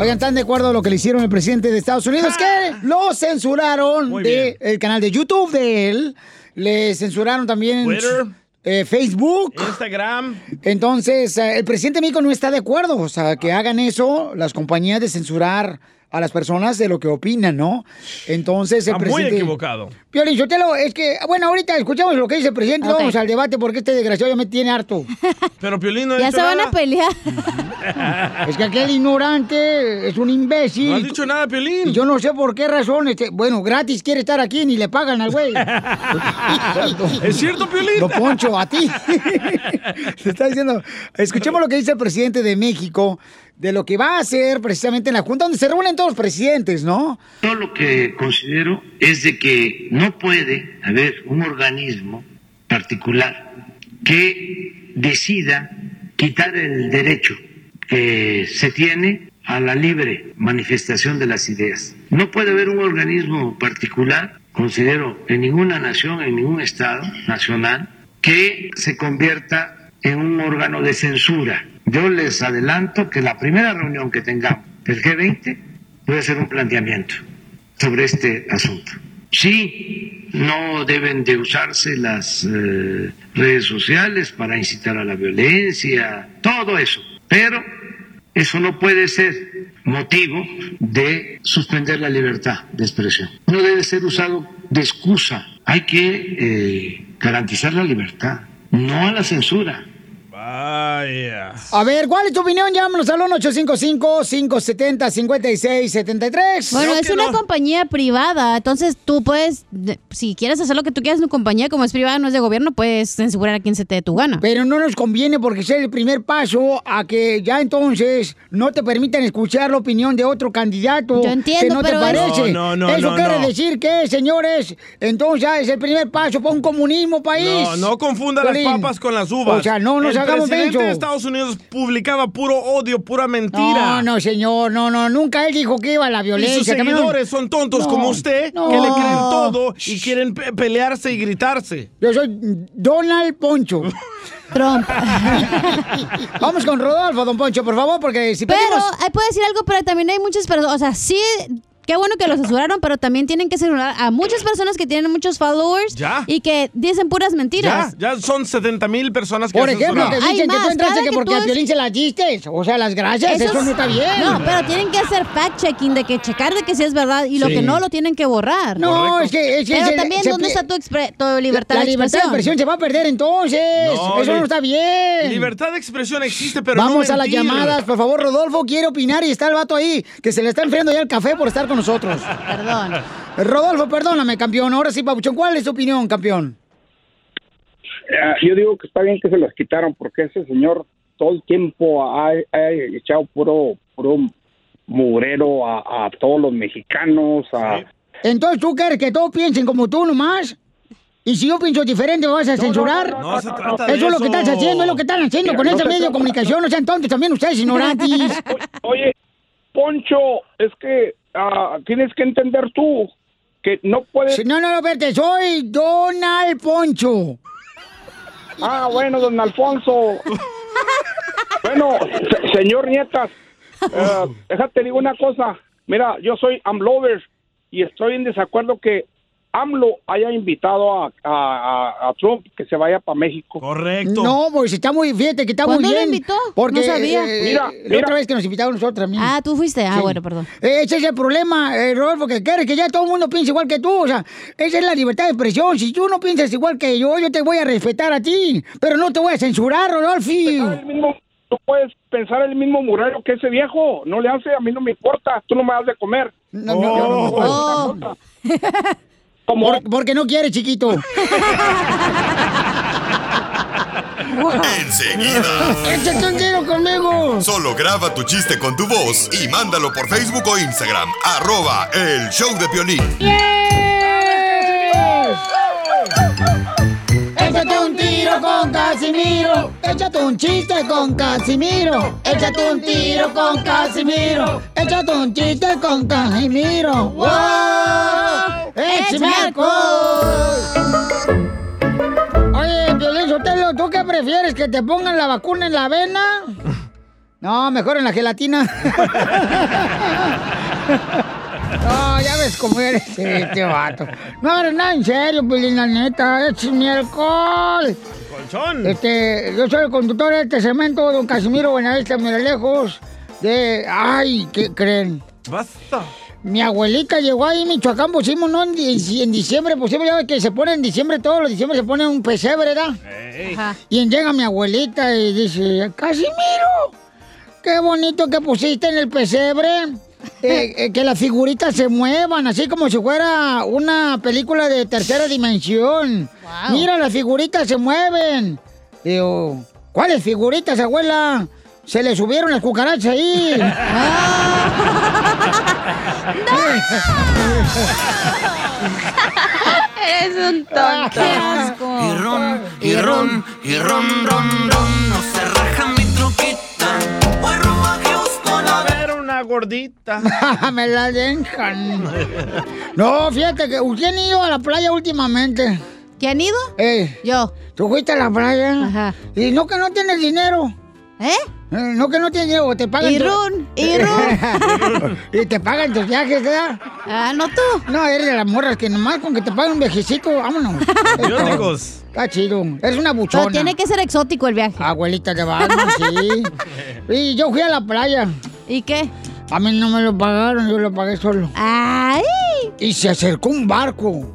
S1: Oigan, ¿están de acuerdo a lo que le hicieron el presidente de Estados Unidos?
S2: Ah.
S1: Que lo censuraron del canal de YouTube de él. Le censuraron también
S2: Twitter.
S1: eh, Facebook.
S2: Instagram.
S1: Entonces, eh, el presidente de México no está de acuerdo, o sea,
S2: Ah.
S1: que hagan eso las compañías de censurar a las personas de lo que opinan, ¿no? Entonces, el
S2: Está Ah, muy
S1: presidente...
S2: equivocado.
S1: Piolín Sotelo, es que, bueno, ahorita escuchamos lo que dice el presidente,
S2: Ok.
S1: vamos al debate porque este desgraciado ya me tiene harto.
S2: Pero Piolín no ha dicho nada.
S1: pelear. [laughs] Es que aquel ignorante es un imbécil.
S2: No has dicho nada, Piolín.
S1: Y Yo no sé por qué razón, este, bueno, gratis quiere estar aquí, ni le pagan al güey.
S2: [laughs]
S1: [laughs]
S2: ¿Es cierto, Piolín?
S1: Lo poncho, a
S2: [laughs]
S1: ti. Te está diciendo, escuchemos lo que dice el presidente de México de lo que va a hacer precisamente en la Junta, donde se reúnen todos los presidentes, ¿no?
S14: Yo lo que considero es de que no puede haber un organismo particular que decida quitar el derecho que se tiene a la libre manifestación de las ideas. No puede haber un organismo particular, considero, en ninguna nación, en ningún Estado nacional, que se convierta en un órgano de censura. Yo les adelanto que la primera reunión que tengamos del G20 voy a hacer un planteamiento sobre este asunto. Sí, no deben de usarse las eh, redes sociales para incitar a la violencia, todo eso, pero eso no puede ser motivo de suspender la libertad de expresión. No debe ser usado de excusa. Hay que eh, garantizar la libertad, no a la censura.
S2: Vaya.
S1: A ver, ¿cuál es tu opinión? Llámanos al 1-855-570-5673.
S3: Bueno, es una compañía privada, entonces tú puedes, de- si quieres hacer lo que tú quieras en una compañía, como es privada, no es de gobierno, puedes censurar a quien se te dé tu gana.
S1: Pero no nos conviene porque ese es el primer paso a que ya entonces no te permitan escuchar la opinión de otro candidato.
S3: Yo entiendo,
S1: que no
S3: pero
S1: te parece.
S2: No, no, no,
S1: Eso
S2: no,
S1: quiere
S2: no.
S1: decir que, señores, entontonces ya es el primer paso para un comunismo país.
S2: No, no confunda las
S1: Piolín.
S2: papas con las uvas.
S1: O sea, no nos
S2: El
S1: estamos
S2: presidente
S1: Pencho.
S2: de Estados Unidos publicaba puro odio, pura mentira.
S1: No, no, señor, no, no, nunca él dijo que iba a la
S2: Y
S1: violencia.
S2: sus
S1: también-
S2: seguidores son tontos
S1: No,
S2: como usted,
S1: no.
S2: que le creen todo y quieren pe- pelearse y gritarse.
S1: Yo soy Donald
S3: [laughs]
S1: Poncho. Trump. [laughs] Vamos con Rodolfo, don Poncho, por favor, porque si
S3: Pero,
S1: pedimos-
S3: ahí puedo decir algo, pero también hay muchas personas, o sea, sí, qué bueno
S1: [laughs]
S3: que lo censuraron, pero también tienen que censurar a muchas personas que tienen muchos followers
S2: Ya.
S3: y que dicen puras
S2: Ya,
S3: mentiras.
S2: ya son 70 mil personas que
S1: Por
S2: han
S1: ejemplo, que
S2: censurado.
S1: dicen que
S3: más,
S1: tú entraste
S3: cada
S1: que
S3: que
S1: porque
S3: tú
S1: a
S3: es-
S1: Piolín se las diste. O sea, las gracias, eso,
S3: es-
S1: no está bien.
S3: No, pero tienen que hacer fact-checking de que checar de que sí es verdad y lo
S1: Sí.
S3: que no lo tienen que borrar.
S1: No, Correcto. es que- es que
S3: Pero
S1: se-
S3: también,
S1: se
S3: ¿dónde
S1: pie-
S3: está tu, expre- tu libertad
S1: la
S3: de
S1: libertad
S3: expresión?
S1: de expresión se va a perder entonces.
S2: No,
S1: eso
S2: li-
S1: no está bien.
S2: Libertad de expresión existe, pero no
S1: Vamos a las
S2: mentir.
S1: llamadas, por favor, Rodolfo quiere opinar y está el vato ahí, que se le está enfriando ya el café por estar con nosotros.
S3: Perdón.
S1: Rodolfo, perdóname, campeón. Ahora sí, Papuchón, ¿cuál es tu opinión, campeón?
S15: Ah, Yo digo que está bien que se las quitaron porque ese señor todo el tiempo ha, ha echado puro, puro murero a, a todos los mexicanos. A...
S1: Entonces, ¿tú quieres que todos piensen como tú nomás? Y si yo pienso diferente, ¿me vas a censurar?
S2: no, no se trata de
S1: Eso es lo que
S2: eso.
S1: estás haciendo, es lo que están haciendo
S15: Mira,
S1: con
S15: no
S1: ese
S15: se
S1: medio de
S15: trata-
S1: comunicación. No sean tontos también ustedes,
S2: [laughs]
S1: ignorantes.
S15: Oye, Poncho, es que ah, tienes que entender tú que no puedes...
S1: Sí, No, no, no, vete, soy Donald Poncho.
S15: Ah, bueno, don Alfonso. bueno, se- señor Nietas, eh, déjate digo una cosa. Mira, yo soy AMLover y estoy en desacuerdo que AMLO haya invitado a, a- a- a Trump que se vaya para México.
S2: Correcto.
S1: No, pues está muy, fíjate que está muy
S3: ¿Cuándo
S1: bien.
S3: lo invitó?
S1: Porque,
S3: No sabía.
S1: eh,
S3: Mira,
S1: la
S3: mira.
S1: otra vez que nos invitaron nosotros también.
S3: Ah, tú fuiste. Ah,
S1: Sí.
S3: bueno, perdón.
S1: Eh, Ese es el problema, eh, Rodolfo, que quieres que ya todo el mundo piense igual que tú. O sea, esa es la libertad de expresión. Si tú no piensas igual que yo, yo te voy a respetar a ti. Pero no te voy a censurar, Rodolfo.
S15: Tú puedes pensar el mismo murero que ese viejo. No le hace, a mí no me importa. Tú no me das de comer.
S1: no, no,
S15: Yo
S1: no.
S15: puedo
S1: Oh.
S15: otra cosa.
S1: Por- porque no quiere, chiquito. ¡Échate un
S8: Enseguida.
S1: tiro Este conmigo!
S8: Solo graba tu chiste con tu voz y mándalo por Facebook o Instagram. Arroba el show de Piolín.
S1: Échate un tiro con Casimiro. Échate un chiste con Casimiro. Échate un tiro con Casimiro. Échate un chiste con Casimiro. ¡Wow! ¡Échame alcohol! Oye, Violín Sotelo, ¿tú qué prefieres? ¿Que te pongan la vacuna en la vena? No, mejor en la gelatina. No, ya ves cómo eres este vato. No, pero nada en serio, Piolín, la neta. Es mi alcohol.
S2: Colchón.
S1: Este, yo soy el conductor de este segmento, don Casimiro Buenavista Miralejos. De. Ay, ¿qué creen?
S2: Basta.
S1: Mi abuelita llegó ahí en Michoacán, pusimos, ¿no? En, dic- en diciembre, pusimos, ya ves que se pone en diciembre, todos los diciembre se pone un pesebre, ¿verdad? Y llega mi abuelita y dice, Casimiro, qué bonito que pusiste en el pesebre. eh, eh, que las figuritas se muevan, así como si fuera una película de tercera dimensión. Mira, las figuritas se mueven. Digo, ¿cuáles figuritas, abuela? Se le subieron las cucarachas ahí. Ah. [laughs]
S9: Eres un
S1: [laughs]
S9: tonto.
S12: Y ron, y ron, y ron, ron, ron, no se raja mi troquita. Voy rumbo a Houston a ver
S2: una gordita.
S1: [laughs] Me la dejan.
S2: [laughs]
S1: No, fíjate que. ¿Quién ha ido a la playa últimamente?
S3: ¿Quién han ido?
S1: Yo. ¿Tú fuiste a la playa? Ajá. ¿Y no que no tienes dinero? ¿Eh? No que no tienes dinero, te pagan.
S3: Y
S1: tu-
S3: run,
S1: [laughs]
S3: y run.
S1: y te pagan tus viajes, ¿verdad? Ah, no tú. No, eres de las morras que nomás con que te paguen un viajecito, [laughs] vámonos.
S2: Biónicos.
S1: Está chido. Es una buchona.
S3: Pero tiene
S1: que ser exótico el viaje. Abuelita de Batman, sí. Y yo fui a la playa. ¿Y qué? A mí no me lo pagaron, yo lo pagué solo. ¡Ay! Y se acercó un barco.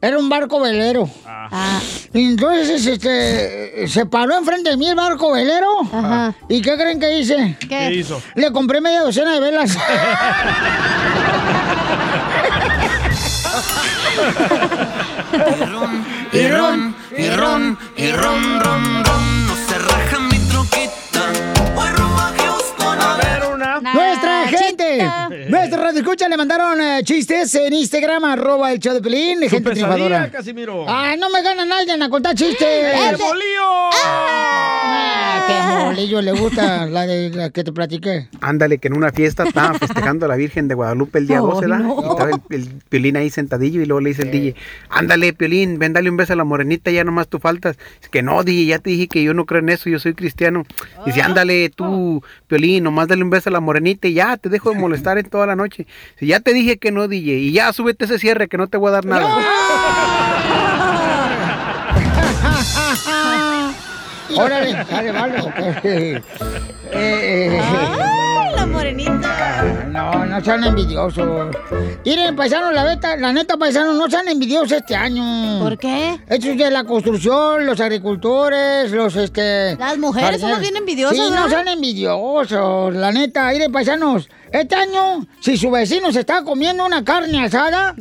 S1: Era un barco velero. Ah. Y entonces este, se paró enfrente de mí el barco velero. ¿Y qué creen que hice?
S9: ¿Qué? ¿Qué hizo?
S1: Le compré media docena de [laughs] velas.
S12: Y ron, y ron, y ron, ron, ron, no se raja mi troquita. Voy rumbo a Houston a ver
S2: una.
S1: Nuestra gente, nuestra radio escucha le mandaron eh, chistes en Instagram, arroba el show de Pelín,
S2: Su
S1: gente
S2: pesadilla,
S1: triunfadora.
S2: Casimiro.
S1: ¡Ay, no me gana nadie a contar chistes!
S2: ¡El
S1: molillo! ¡Ah! ¡Qué molillo le gusta la, de, la que te
S2: [laughs]
S1: platiqué!
S16: Ándale, que en una
S1: [laughs]
S16: fiesta estaban festejando a la Virgen de Guadalupe el día
S1: Oh,
S16: 12, ¿verdad?
S1: no.
S16: Y estaba el, el Piolín ahí sentadillo y luego le dice el DJ, ándale, Piolín, ven, dale un beso a la morenita, ya nomás tú faltas. Es que no, DJ, ya te dije que yo no creo en eso, yo soy cristiano. Dice, ándale, tú, Piolín, nomás dale un beso a la morenita y ya, te dejo de molestar en toda la noche. Dice, ya te dije que no, DJ, y ya, súbete ese cierre que no te voy a dar nada.
S1: ¡Ah! ¡Órale! ¡Dale, vale!
S2: [laughs]
S1: ok. Eh, eh,
S3: ¡Ay, la morenita!
S1: No, no sean envidiosos. Miren, paisanos, la, beta, la neta, paisanos, no sean envidiosos este año. ¿Por qué? Esto es de la construcción, los agricultores, los este...
S3: Las mujeres somos
S1: jardineros.
S3: bien envidiosas,
S1: Sí, no
S3: ¿verdad?
S1: sean envidiosos, la neta. Miren, paisanos, este año, si su vecino se está comiendo una carne asada,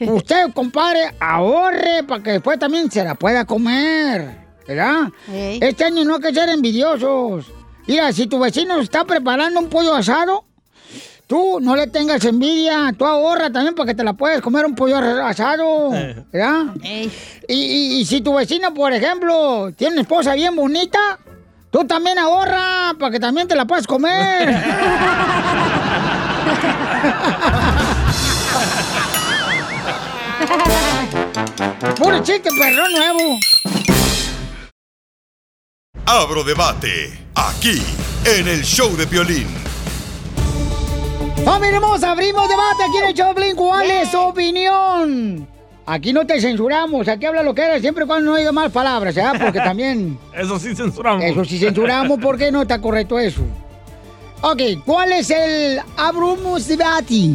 S1: usted, compadre, ahorre para que después también se la pueda comer, ¿verdad? Este año no hay que ser envidiosos. Mira, si tu vecino está preparando un pollo asado, Tú no le tengas envidia, tú ahorra también para que te la puedas comer un pollo asado, ¿verdad? Y, y- y si tu vecino, por ejemplo, tiene una esposa bien bonita, tú también ahorra para que también te la puedas comer. Puro chiste, perro nuevo.
S8: Abro debate aquí en el show de Piolín.
S1: ¡Familia hermosa! ¡Oh, ¡Abrimos debate aquí en el Choplin! ¿Cuál es tu opinión? Aquí no te censuramos, aquí habla lo que eres, siempre y cuando no diga más palabras, ¿ya?
S3: [laughs]
S1: Porque también...
S2: [laughs] Eso sí censuramos.
S1: Eso sí censuramos, ¿por qué no está correcto eso? Ok, ¿cuál es el abrumus debate?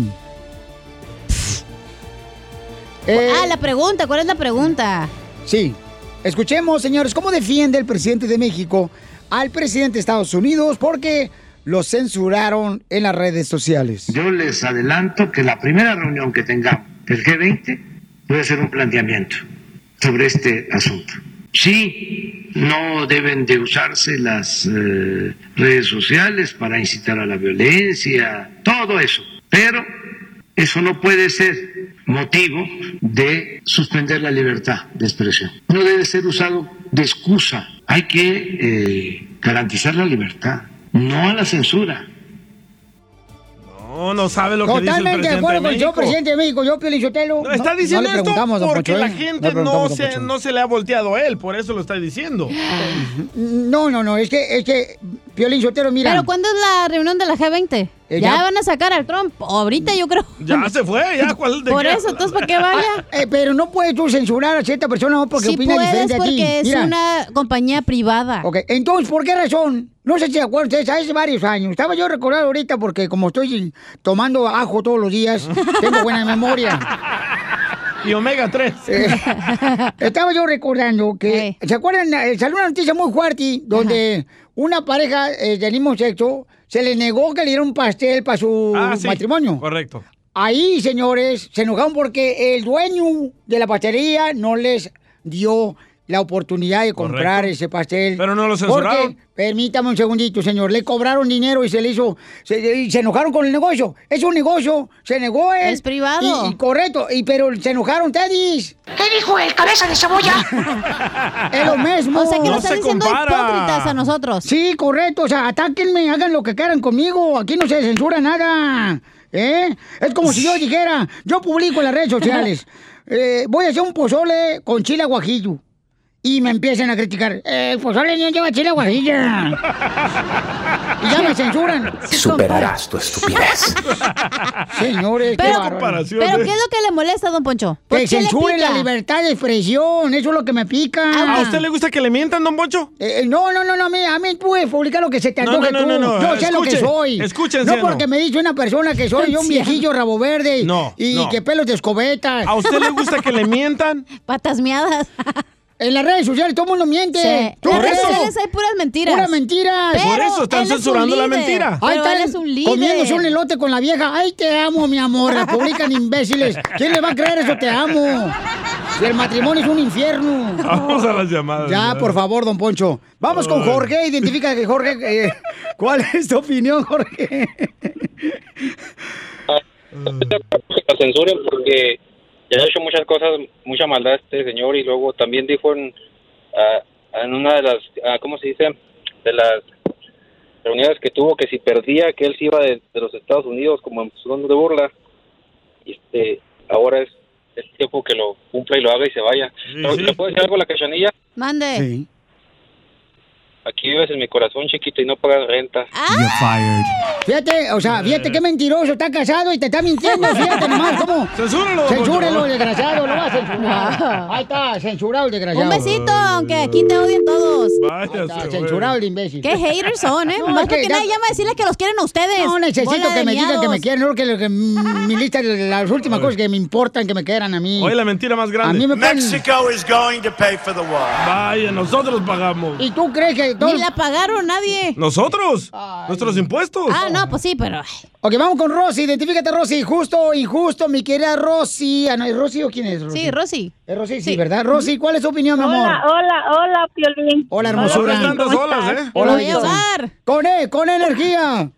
S3: ah, la pregunta, ¿cuál es la pregunta?
S1: Eh, Sí. Escuchemos, señores, cómo defiende el presidente de México al presidente de Estados Unidos porque lo censuraron en las redes sociales.
S14: Yo les adelanto que la primera reunión que tengamos del G20 voy a hacer un planteamiento sobre este asunto. Sí, no deben de usarse las eh, redes sociales para incitar a la violencia, todo eso, pero eso no puede ser motivo de suspender la libertad de expresión. No debe ser usado de excusa. Hay que eh, garantizar la libertad, no a la censura.
S2: [laughs] No, no sabe lo que dice el
S1: Totalmente de
S2: presidente
S1: acuerdo
S2: de
S1: con yo,
S2: México.
S1: presidente de México, yo, Piolín Sotelo.
S2: No, está
S1: le
S2: diciendo
S1: preguntamos,
S2: esto
S1: don
S2: porque
S1: Poncho,
S2: la
S1: ¿eh?
S2: gente
S1: le
S2: no,
S1: preguntamos, don
S2: se,
S1: Poncho.
S2: no se le ha volteado a él, por eso lo está diciendo.
S1: No, no, no, es que, es que, Piolín Sotelo, mira.
S3: ¿Pero cuándo es la reunión de la G20?
S1: Eh,
S3: ya,
S1: ya-
S3: van a sacar al Trump. Ahorita yo creo.
S2: Ya se fue, ya, ¿cuál de
S3: Por
S2: qué?
S3: eso, entonces, ¿para qué vaya?
S1: [laughs] Eh, pero no puedes tú censurar a cierta persona no, porque
S3: sí
S1: opina
S3: puedes
S1: diferente a ti.
S3: porque es
S1: Mira.
S3: una compañía privada.
S1: Ok, entonces, ¿por qué razón? No sé si se acuerdan ustedes, hace varios años. Estaba yo recordando ahorita porque como estoy tomando ajo todos los
S2: [laughs]
S1: días, tengo buena memoria.
S2: Y omega 3.
S1: Eh, estaba yo recordando que, ¿se acuerdan? Eh, Salió una noticia muy fuerte donde una pareja eh, del mismo sexo se le negó que le diera un pastel para su
S2: Ah, sí,
S1: matrimonio.
S2: Correcto.
S1: Ahí, señores, se enojaron porque el dueño de la pastelería no les dio la oportunidad de comprar
S2: Correcto.
S1: ese pastel. Pero
S2: no lo censuraron.
S1: permítame un segundito, señor, le cobraron dinero y se le hizo, se, y se enojaron con el negocio. Es un negocio, se negó él.
S3: Es privado.
S1: Y, y correcto, y pero se enojaron, Teddy's. ¿Qué dijo el cabeza de cebolla? [laughs] es lo mismo.
S3: O sea que nos están diciendo hipócritas a nosotros.
S1: Sí, correcto. O sea, atáquenme, hagan lo que quieran conmigo. Aquí no se censura nada. ¿Eh? Es como
S3: [laughs]
S1: si yo dijera, yo publico en las redes sociales, eh, voy a hacer un pozole con chile guajillo. Y me empiezan a criticar, eh, el pozole no lleva
S3: [laughs]
S1: chile guajillo. y ya me censuran.
S17: Superarás tu estupidez.
S1: Señores,
S3: Pero,
S1: qué
S3: pero ¿qué
S1: comparación,
S3: es lo
S1: eh?
S3: que le molesta, don Poncho? ¿Por
S1: Que
S3: qué le
S1: censuren
S3: pica? Ah,
S1: la libertad de expresión, eso es lo que me pica.
S2: ¿A usted le gusta que le mientan, don Poncho?
S1: Eh, no, no, no, no, a mí, a mí puedes publicar lo que se te
S2: No,
S1: antoje
S2: no, no,
S1: tú.
S2: no, no,
S1: Yo sé lo que
S2: escuche,
S1: soy.
S2: escuche,
S1: No
S2: anciano.
S1: porque me dice una persona que soy yo un
S2: Anciano.
S1: viejillo rabo verde
S2: No,
S1: y
S2: no.
S1: que pelos de escobeta.
S2: ¿A usted le gusta que
S3: [laughs]
S2: le mientan?
S3: Patas miadas.
S1: En las redes sociales todo el mundo miente.
S3: Sí.
S1: Tú
S3: En las redes
S1: eso.
S3: sociales hay puras mentiras.
S1: Puras mentiras.
S3: Por Pero eso están él es un censurando la líder. mentira. Pero
S1: Ahí están
S3: él es un líder.
S1: comiéndose un elote con la vieja. Ay, te amo, mi
S3: [laughs]
S1: amor. Republican imbéciles. ¿Quién le va a creer eso? Te amo. Si el matrimonio es
S3: [laughs]
S1: un infierno.
S2: Vamos a las llamadas.
S1: Ya, por favor, don Poncho. Vamos con
S2: Ay.
S1: Jorge. Identifica que Jorge. eh, ¿Cuál es tu opinión, Jorge?
S18: que lo censuren porque ya ha hecho muchas cosas, mucha maldad este señor y luego también dijo en, ah, en una de las, ah, ¿cómo se dice? De las reuniones que tuvo que si perdía que él se iba de, de los Estados Unidos como en son de burla. Y este, ahora es, es tiempo que lo cumpla y lo haga y se vaya. ¿No- ¿Le puedo decir algo a la cachanilla?
S3: Mande.
S18: Aquí vives en mi corazón, chiquito, y no pagas renta.
S1: Fíjate, o sea, fíjate qué mentiroso, está casado y te está mintiendo, fíjate nomás, ¿cómo?
S2: Censúrelo.
S1: Censúrelo, desgraciado,
S2: [laughs]
S1: lo va
S3: [laughs]
S1: a censurar. Ahí está, censurado el desgraciado.
S3: Un besito, aunque aquí te odien todos.
S1: Está censurado el imbécil.
S3: Qué haters son,
S1: [laughs]
S3: ¿eh? Más porque nadie llama a decirles que los quieren a ustedes.
S1: No necesito
S3: Bola
S1: que
S3: de
S1: me digan que
S3: miados.
S1: me quieren, no, que, lo que m- mi lista, de las últimas cosas que me importan, que me quedan a mí.
S2: Oye, la mentira más grande.
S1: A mí me ponen-
S2: is going to pay for the wall. Vaya, nosotros pagamos.
S1: ¿Y tú crees que
S3: Ni la pagaron nadie.
S2: ¿Nosotros? ¿Nuestros impuestos?
S3: Ah, no, pues sí, pero... ay.
S1: Ok, vamos con Rosy, identifícate Rosy, justo o injusto, mi querida Rosy. Ah, no, ¿es Rosy o quién es Rosy?
S3: Sí, Rosy.
S1: Es Rosy, sí, ¿verdad? Rosy, ¿cuál es tu opinión, mi amor?
S10: Hola, hola, hola, Piolín.
S2: Pues
S1: Hola, hermosura.
S2: ¿eh?
S10: Hola,
S1: belleza. Con, e- con energía.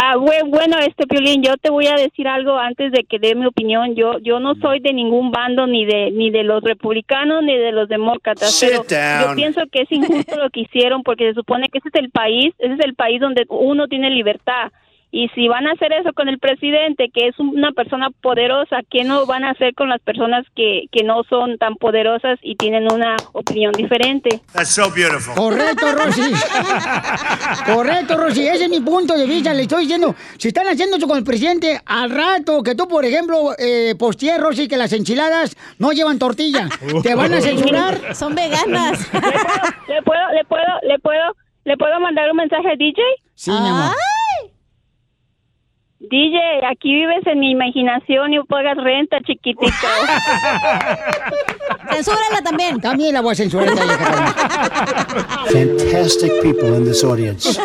S10: Ah, güey, bueno, este Piolín, yo te voy a decir algo antes de que dé mi opinión. Yo yo no soy de ningún bando ni de ni de los republicanos ni de los demócratas.
S9: Sit
S10: pero
S9: down.
S10: Yo pienso que es injusto lo que hicieron porque se supone que ese es el país, ese es el país donde uno tiene libertad. Y si van a hacer eso con el presidente, que es una persona poderosa, ¿qué no van a hacer con las personas que, que no son tan poderosas y tienen una opinión diferente?
S14: That's so beautiful.
S1: Correcto, Rosy. Correcto, Rosy. Ese es mi punto de vista. Le estoy diciendo, si están haciendo eso con el presidente, al rato que tú, por ejemplo, eh, postees, Rosy, que las enchiladas no llevan tortilla, te
S3: [laughs]
S1: van a censurar.
S3: Son
S1: [laughs]
S3: veganas.
S10: ¿Le puedo, le puedo, le puedo, le puedo mandar un mensaje a DJ?
S1: Sí, mi amor.
S12: Ah.
S10: DJ, aquí vives en mi imaginación y pagas renta, chiquitito.
S3: Censúrala también.
S1: También la voy a censurar. esta vieja.
S17: Fantastic people in this audience.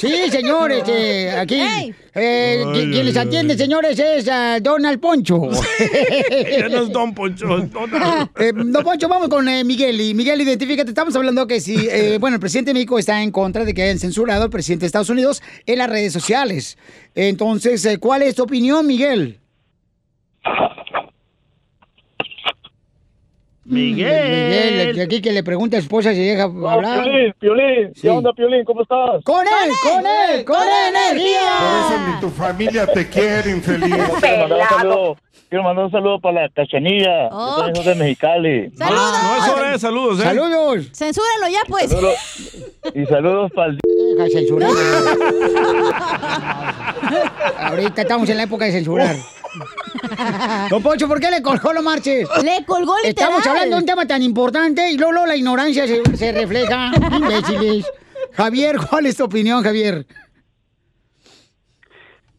S1: Sí, señores, eh, aquí. eh, qui-
S17: Ay,
S1: quien les atiende, señores, es ah, Donald
S17: [laughs]
S1: Poncho.
S2: Ya no es Don Poncho. es Don-
S1: Eh, no, Poncho, vamos con eh, Miguel. Y Miguel, identifícate. Estamos hablando que si, eh, bueno, el presidente de México está en contra de que hayan censurado al presidente de Estados Unidos en las redes sociales. Entonces, eh, ¿cuál es tu opinión, Miguel? Miguel, que aquí que le pregunta a su esposa si deja hablar.
S13: Piolín, Piolín, ¿qué onda, Piolín? ¿Cómo estás?
S1: ¡Con él, con él, con
S5: Por
S1: energía!
S5: eso ni tu familia te quiere, infeliz.
S13: Quiero mandar un saludo, quiero mandar un saludo para la cachanilla.
S3: Oh.
S13: Yo también soy de Mexicali.
S3: ¡Saludos!
S2: Ah, No es hora de saludos, ¿eh?
S1: ¡Saludos!
S3: Censúralo ya, pues.
S13: Y saludos para el...
S1: Deja censurar. Ahorita estamos en la época
S3: [laughs]
S1: de censurar. Don Poncho, ¿por qué le colgó lo marches?
S3: Le colgó literal.
S1: Estamos hablando de un tema tan importante y luego, luego la ignorancia se, se refleja. Imbéciles. Javier, ¿cuál es tu opinión, Javier?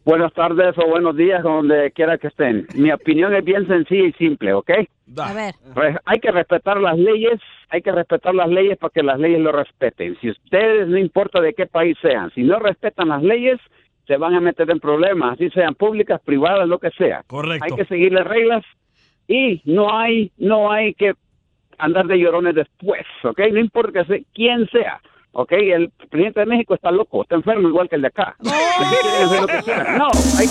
S19: Buenas tardes o buenos días, donde quiera que estén. Mi opinión es bien sencilla y simple, ¿ok?
S3: A ver.
S19: Re- hay que respetar las leyes, hay que respetar las leyes para que las leyes lo respeten. Si ustedes, no importa de qué país sean, si no respetan las leyes, se van a meter en problemas, así sean públicas, privadas, lo que sea.
S2: Correcto.
S19: Hay que seguir las reglas y no hay, no hay que andar de llorones después, ¿ok? No importa que sea, quién sea. Ok, el presidente de México está loco, está enfermo igual que el de acá. No, hay,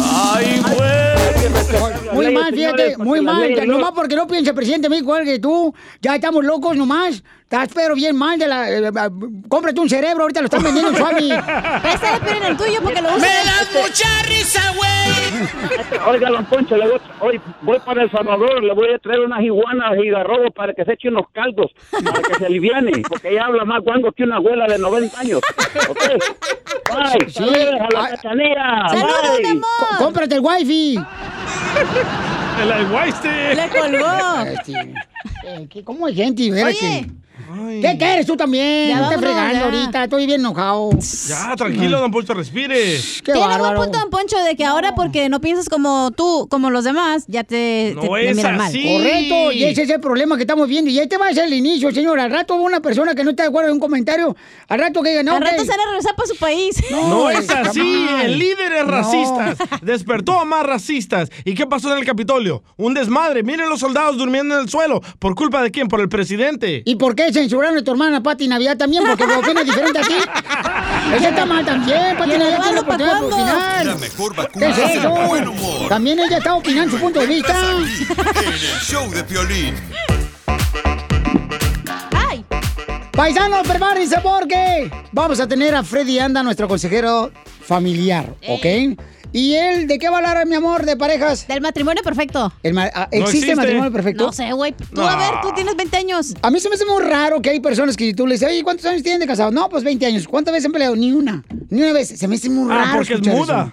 S1: Muy mal, fíjate, muy mal.
S9: leyes no-
S1: Nomás porque no piensa el presidente de México igual que tú. Ya estamos locos nomás. Estás pero bien mal de la... eh, eh, cómprate un cerebro, ahorita lo están vendiendo
S12: [laughs]
S3: [laughs]
S1: en Suami.
S3: Préstale, pero en Este el tuyo porque lo
S1: Me
S3: usas.
S1: das
S3: mucha risa, güey!
S19: Oiga, don Poncho, le voy, hoy voy para El Salvador, le voy a traer unas iguanas y garrobos para que se eche unos caldos, para que se aliviane, porque ella habla más guango que una abuela de 90 años. ¿Ok? Bye,
S1: Sí.
S19: saludos a la
S1: Ay.
S19: cachanilla. Bye.
S1: Co- ¡Cómprate el wifi!
S2: El aguaiste.
S1: Este, eh, que- ¿Cómo hay gente? Vera,
S2: Oye.
S1: que- ¿Qué quieres tú también?
S2: Ya
S1: No te
S2: vámonos,
S1: fregando
S2: ya.
S1: ahorita, estoy bien enojado.
S2: Ya, Ah, tranquilo, don Poncho, respire.
S1: Qué
S3: Tiene
S1: bárbaro.
S3: buen punto, Don Poncho, de que ahora porque no piensas como tú, como los demás, ya te,
S2: No
S3: te- te
S2: es
S3: miran mal.
S2: así.
S1: Correcto, y ese es el problema que estamos viendo. Y este va a ser el inicio, señor. Al rato una persona que no está de acuerdo en un comentario, al rato que diga, no,
S3: Al rato
S1: que-
S3: se van a regresar pues. para su país.
S2: No es así,
S1: mal.
S2: el líder es
S1: No.
S2: racista, despertó a más racistas. ¿Y qué pasó en el Capitolio? Un desmadre, miren los soldados durmiendo en el suelo. ¿Por culpa de quién? Por el presidente.
S1: ¿Y por qué qué censuraron a tu hermana Pati Navidad también? Porque opinas diferente
S3: [laughs]
S1: a ti. Ella está mal también. Pati
S9: ¿Y
S1: Navidad
S9: Eduardo
S1: tiene la
S9: pa'
S1: oportunidad de
S9: cuándo?
S1: opinar.
S8: La mejor
S1: ¿Qué
S8: vacuna
S1: es
S8: es el
S1: eso?
S8: buen humor.
S1: También ella está opinando su punto de vista.
S8: En el show de Piolín.
S1: Paisanos, prepárense porque vamos a tener a Freddy Anda, nuestro consejero familiar, ¿ok? ¿Y él de qué va a hablar, mi amor, de parejas? Del matrimonio perfecto. ¿Existe el matrimonio perfecto?
S3: No sé, güey. Tú, a ver, tú tienes
S1: 20 años. A mí se me hace muy raro que hay personas que tú le dices, oye, ¿cuántos años tienen de casado? No, pues 20 años. ¿Cuántas veces han peleado? Ni una. Ni una vez. Se me hace muy
S3: Ah,
S1: raro.
S3: porque es
S1: escuchar
S3: muda.
S1: eso.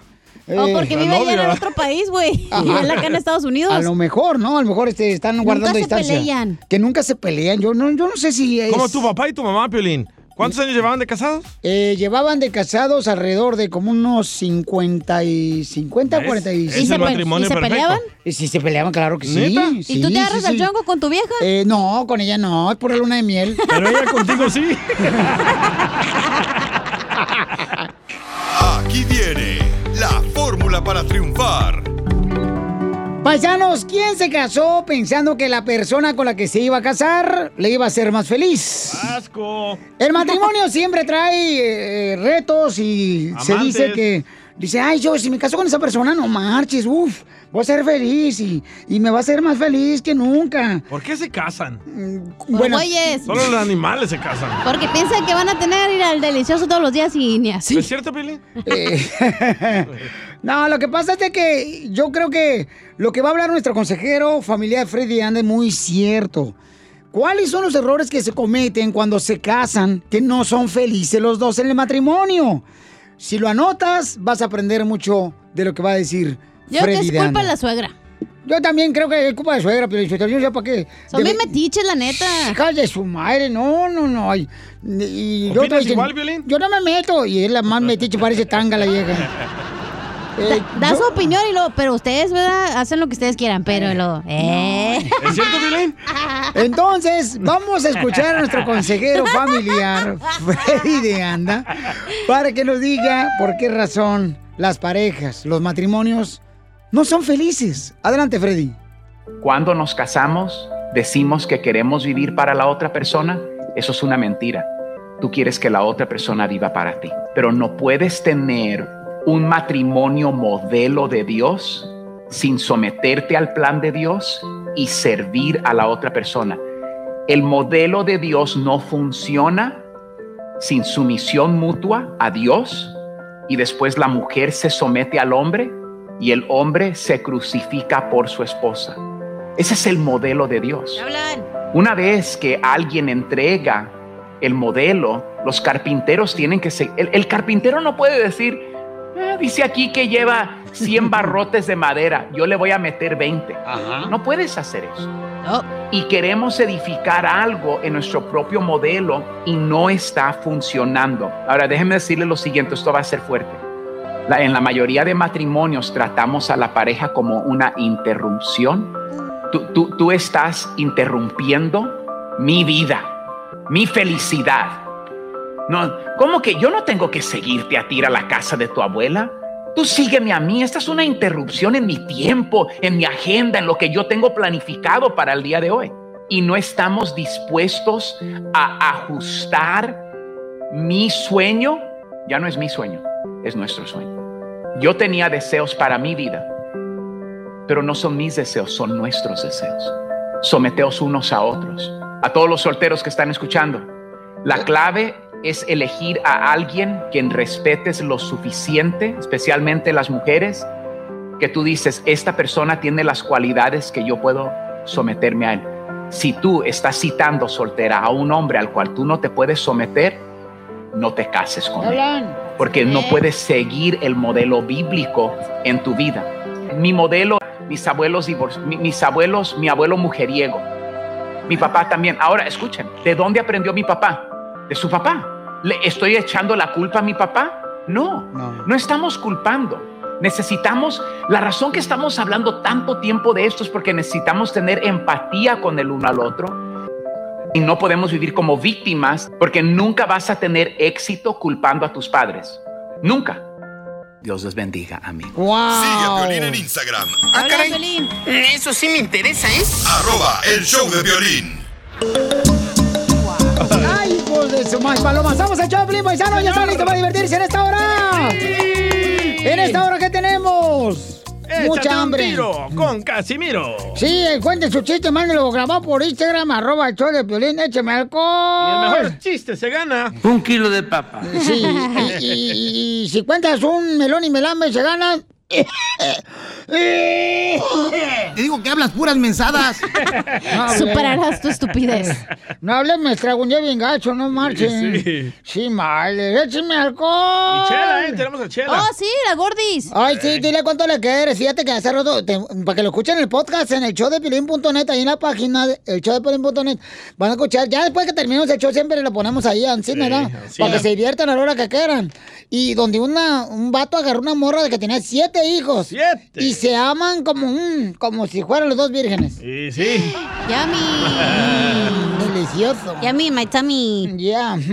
S3: O
S1: Eh,
S3: porque vive allá en el otro país, güey. Y
S1: [laughs] Ajá.
S3: él acá en Estados Unidos.
S1: A lo mejor, ¿no? A lo mejor este, están
S3: Nunca
S1: guardando
S3: se
S1: distancia.
S3: pelean.
S1: Que nunca se pelean. Yo no, yo no sé si es...
S2: Como tu papá y tu mamá, Piolín. ¿Cuántos años llevaban de casados?
S1: Eh, llevaban de casados alrededor de como unos 50 y 50,
S2: ¿Ves?
S1: 45.
S2: Es ¿Y se el pe- matrimonio y se perfecto. peleaban?
S1: Y sí, se peleaban, claro que sí.
S2: ¿Neta? ¿Y
S1: sí,
S3: tú te agarras
S1: sí,
S3: al
S1: sí.
S3: chongo con tu vieja?
S1: Eh, no, con ella no, es pura luna de miel.
S2: [laughs] Pero ella contigo sí.
S8: Aquí viene la fórmula para triunfar.
S1: Paisanos, ¿quién se casó pensando que la persona con la que se iba a casar le iba a ser más feliz?
S2: Ah, Asco.
S1: El matrimonio siempre trae eh, retos y se
S2: Amantes.
S1: dice que. Dice, ay, yo si me caso con esa persona, no marches, uff, voy a ser feliz y, y me va a ser más feliz que nunca.
S2: ¿Por qué se casan?
S1: bueno.
S3: güeyes.
S2: Solo los animales
S1: [laughs]
S2: se casan.
S3: Porque piensan que van a tener ir al delicioso todos los días y ni así.
S2: ¿Es cierto, Pili?
S1: Eh, [laughs] No, lo que pasa es de que yo creo que lo que va a hablar nuestro consejero familiar Freddy Anda es muy cierto. ¿Cuáles son los errores que se cometen cuando se casan que no son felices los dos en el matrimonio? Si lo anotas, vas a aprender mucho de lo que va a decir
S3: Yo creo que
S1: Freddy
S3: es culpa
S1: Anda.
S3: de la suegra.
S1: Yo también creo que es culpa de suegra, pero yo no sé para qué.
S3: Son
S1: Debe-
S3: bien metiches, la neta.
S1: Hija de su madre, no, no, no. ay, y yo,
S3: ¿Opinas
S1: estoy diciendo,
S3: igual, Piolín?
S1: yo no me meto. Y es
S3: [laughs]
S1: la más metiche, parece tanga la Eh, vieja.
S3: Da, da su opinión y lo, pero ustedes, ¿verdad? Hacen lo que ustedes quieran, pero lo. Eh.
S2: ¿Es cierto,
S3: [laughs]
S2: Piolín?
S1: Entonces, vamos a escuchar a nuestro
S3: [laughs]
S1: consejero familiar, Freddy de Anda, para que nos diga por qué razón las parejas, los matrimonios, no son felices. Adelante, Freddy.
S20: Cuando nos casamos, decimos que queremos vivir para la otra persona. Eso es una mentira. Tú quieres que la otra persona viva para ti. Pero no puedes tener un matrimonio modelo de Dios sin someterte al plan de Dios y servir a la otra persona. El modelo de Dios no funciona sin sumisión mutua a Dios y después la mujer se somete al hombre y el hombre se crucifica por su esposa. Ese es el modelo de Dios. Una vez que alguien entrega el modelo, los carpinteros tienen que seguir. El, el carpintero no puede decir, "Ah, dice aquí que lleva 100 barrotes de madera, yo le voy a meter 20. No puedes hacer eso. Y queremos edificar algo en nuestro propio modelo y no está funcionando. Ahora déjenme decirles lo siguiente, esto va a ser fuerte. La- en la mayoría de matrimonios tratamos a la pareja como una interrupción. Tú, tú- tú estás interrumpiendo mi vida, mi felicidad. No, ¿cómo que yo no tengo que seguirte a ti a la casa de tu abuela? Tú sígueme a mí. Esta es una interrupción en mi tiempo, en mi agenda, en lo que yo tengo planificado para el día de hoy. Y no estamos dispuestos a ajustar mi sueño ya no es mi sueño, es nuestro sueño. Yo tenía deseos para mi vida, pero no son mis deseos, son nuestros deseos. Someteos unos a otros. A todos los solteros que están escuchando, la clave es elegir a alguien quien respetes lo suficiente, especialmente las mujeres, que tú dices, esta persona tiene las cualidades que yo puedo someterme a él. Si tú estás citando soltera a un hombre al cual tú no te puedes someter, no te cases con él
S1: Hablan.
S20: porque no puedes seguir el modelo bíblico en tu vida. Mi modelo, mis abuelos, divor- mi- mis abuelos, mi abuelo mujeriego, mi papá también. Ahora, escuchen, ¿de dónde aprendió mi papá? De su papá. ¿Le estoy echando la culpa a mi papá? No, no, estamos culpando. Necesitamos, la razón que estamos hablando tanto tiempo de esto es porque necesitamos tener empatía con el uno al otro, y no podemos vivir como víctimas porque nunca vas a tener éxito culpando a tus padres. Nunca. Dios les bendiga, amigos.
S8: Sigue a Piolín en Instagram.
S20: Ah, caray.
S9: Eso sí me interesa, ¿eh?
S8: Arroba el show de Piolín.
S1: de su más palomas. Vamos a Choplin, paisanos. Ya están listos para divertirse en esta hora. En esta hora, ¿qué tenemos?
S2: Échate
S1: Mucha hambre.
S2: Un tiro con Casimiro.
S1: Sí, cuente su chiste, mándelo grabado por Instagram, arroba el show de Piolín, écheme alcohol.
S2: El mejor chiste se gana.
S14: Un kilo de papa.
S1: Sí,
S3: [laughs]
S1: y, y- y si cuentas un melón y melambe, se gana. Te digo que hablas puras [laughs] mensadas.
S3: Superarás tu estupidez.
S1: No hables, me estraguñé bien gacho, no marchen.
S2: Sí.
S1: Sí, mal, écheme alcohol.
S2: [laughs] Y chela, ¿eh? Tenemos a chela.
S1: Oh, sí, la gordis. Ay, sí, dile cuánto le quieres. Fíjate que hace rato, te- para que lo escuchen en el podcast, en el show de Pilín.net, ahí en la página del el show de Pilín.net, van a escuchar. Ya después que terminemos el show, siempre lo ponemos ahí, así, ¿verdad?
S9: así
S1: Para que
S9: es.
S1: se diviertan a la hora que quieran. Y donde una, un vato agarró una morra de que tenía siete hijos. ¡Siete! Y se aman como, un- como si fueran los dos vírgenes.
S2: Y sí.
S1: Yummy. [laughs] Delicioso. Yummy, my tummy. Yeah. [laughs]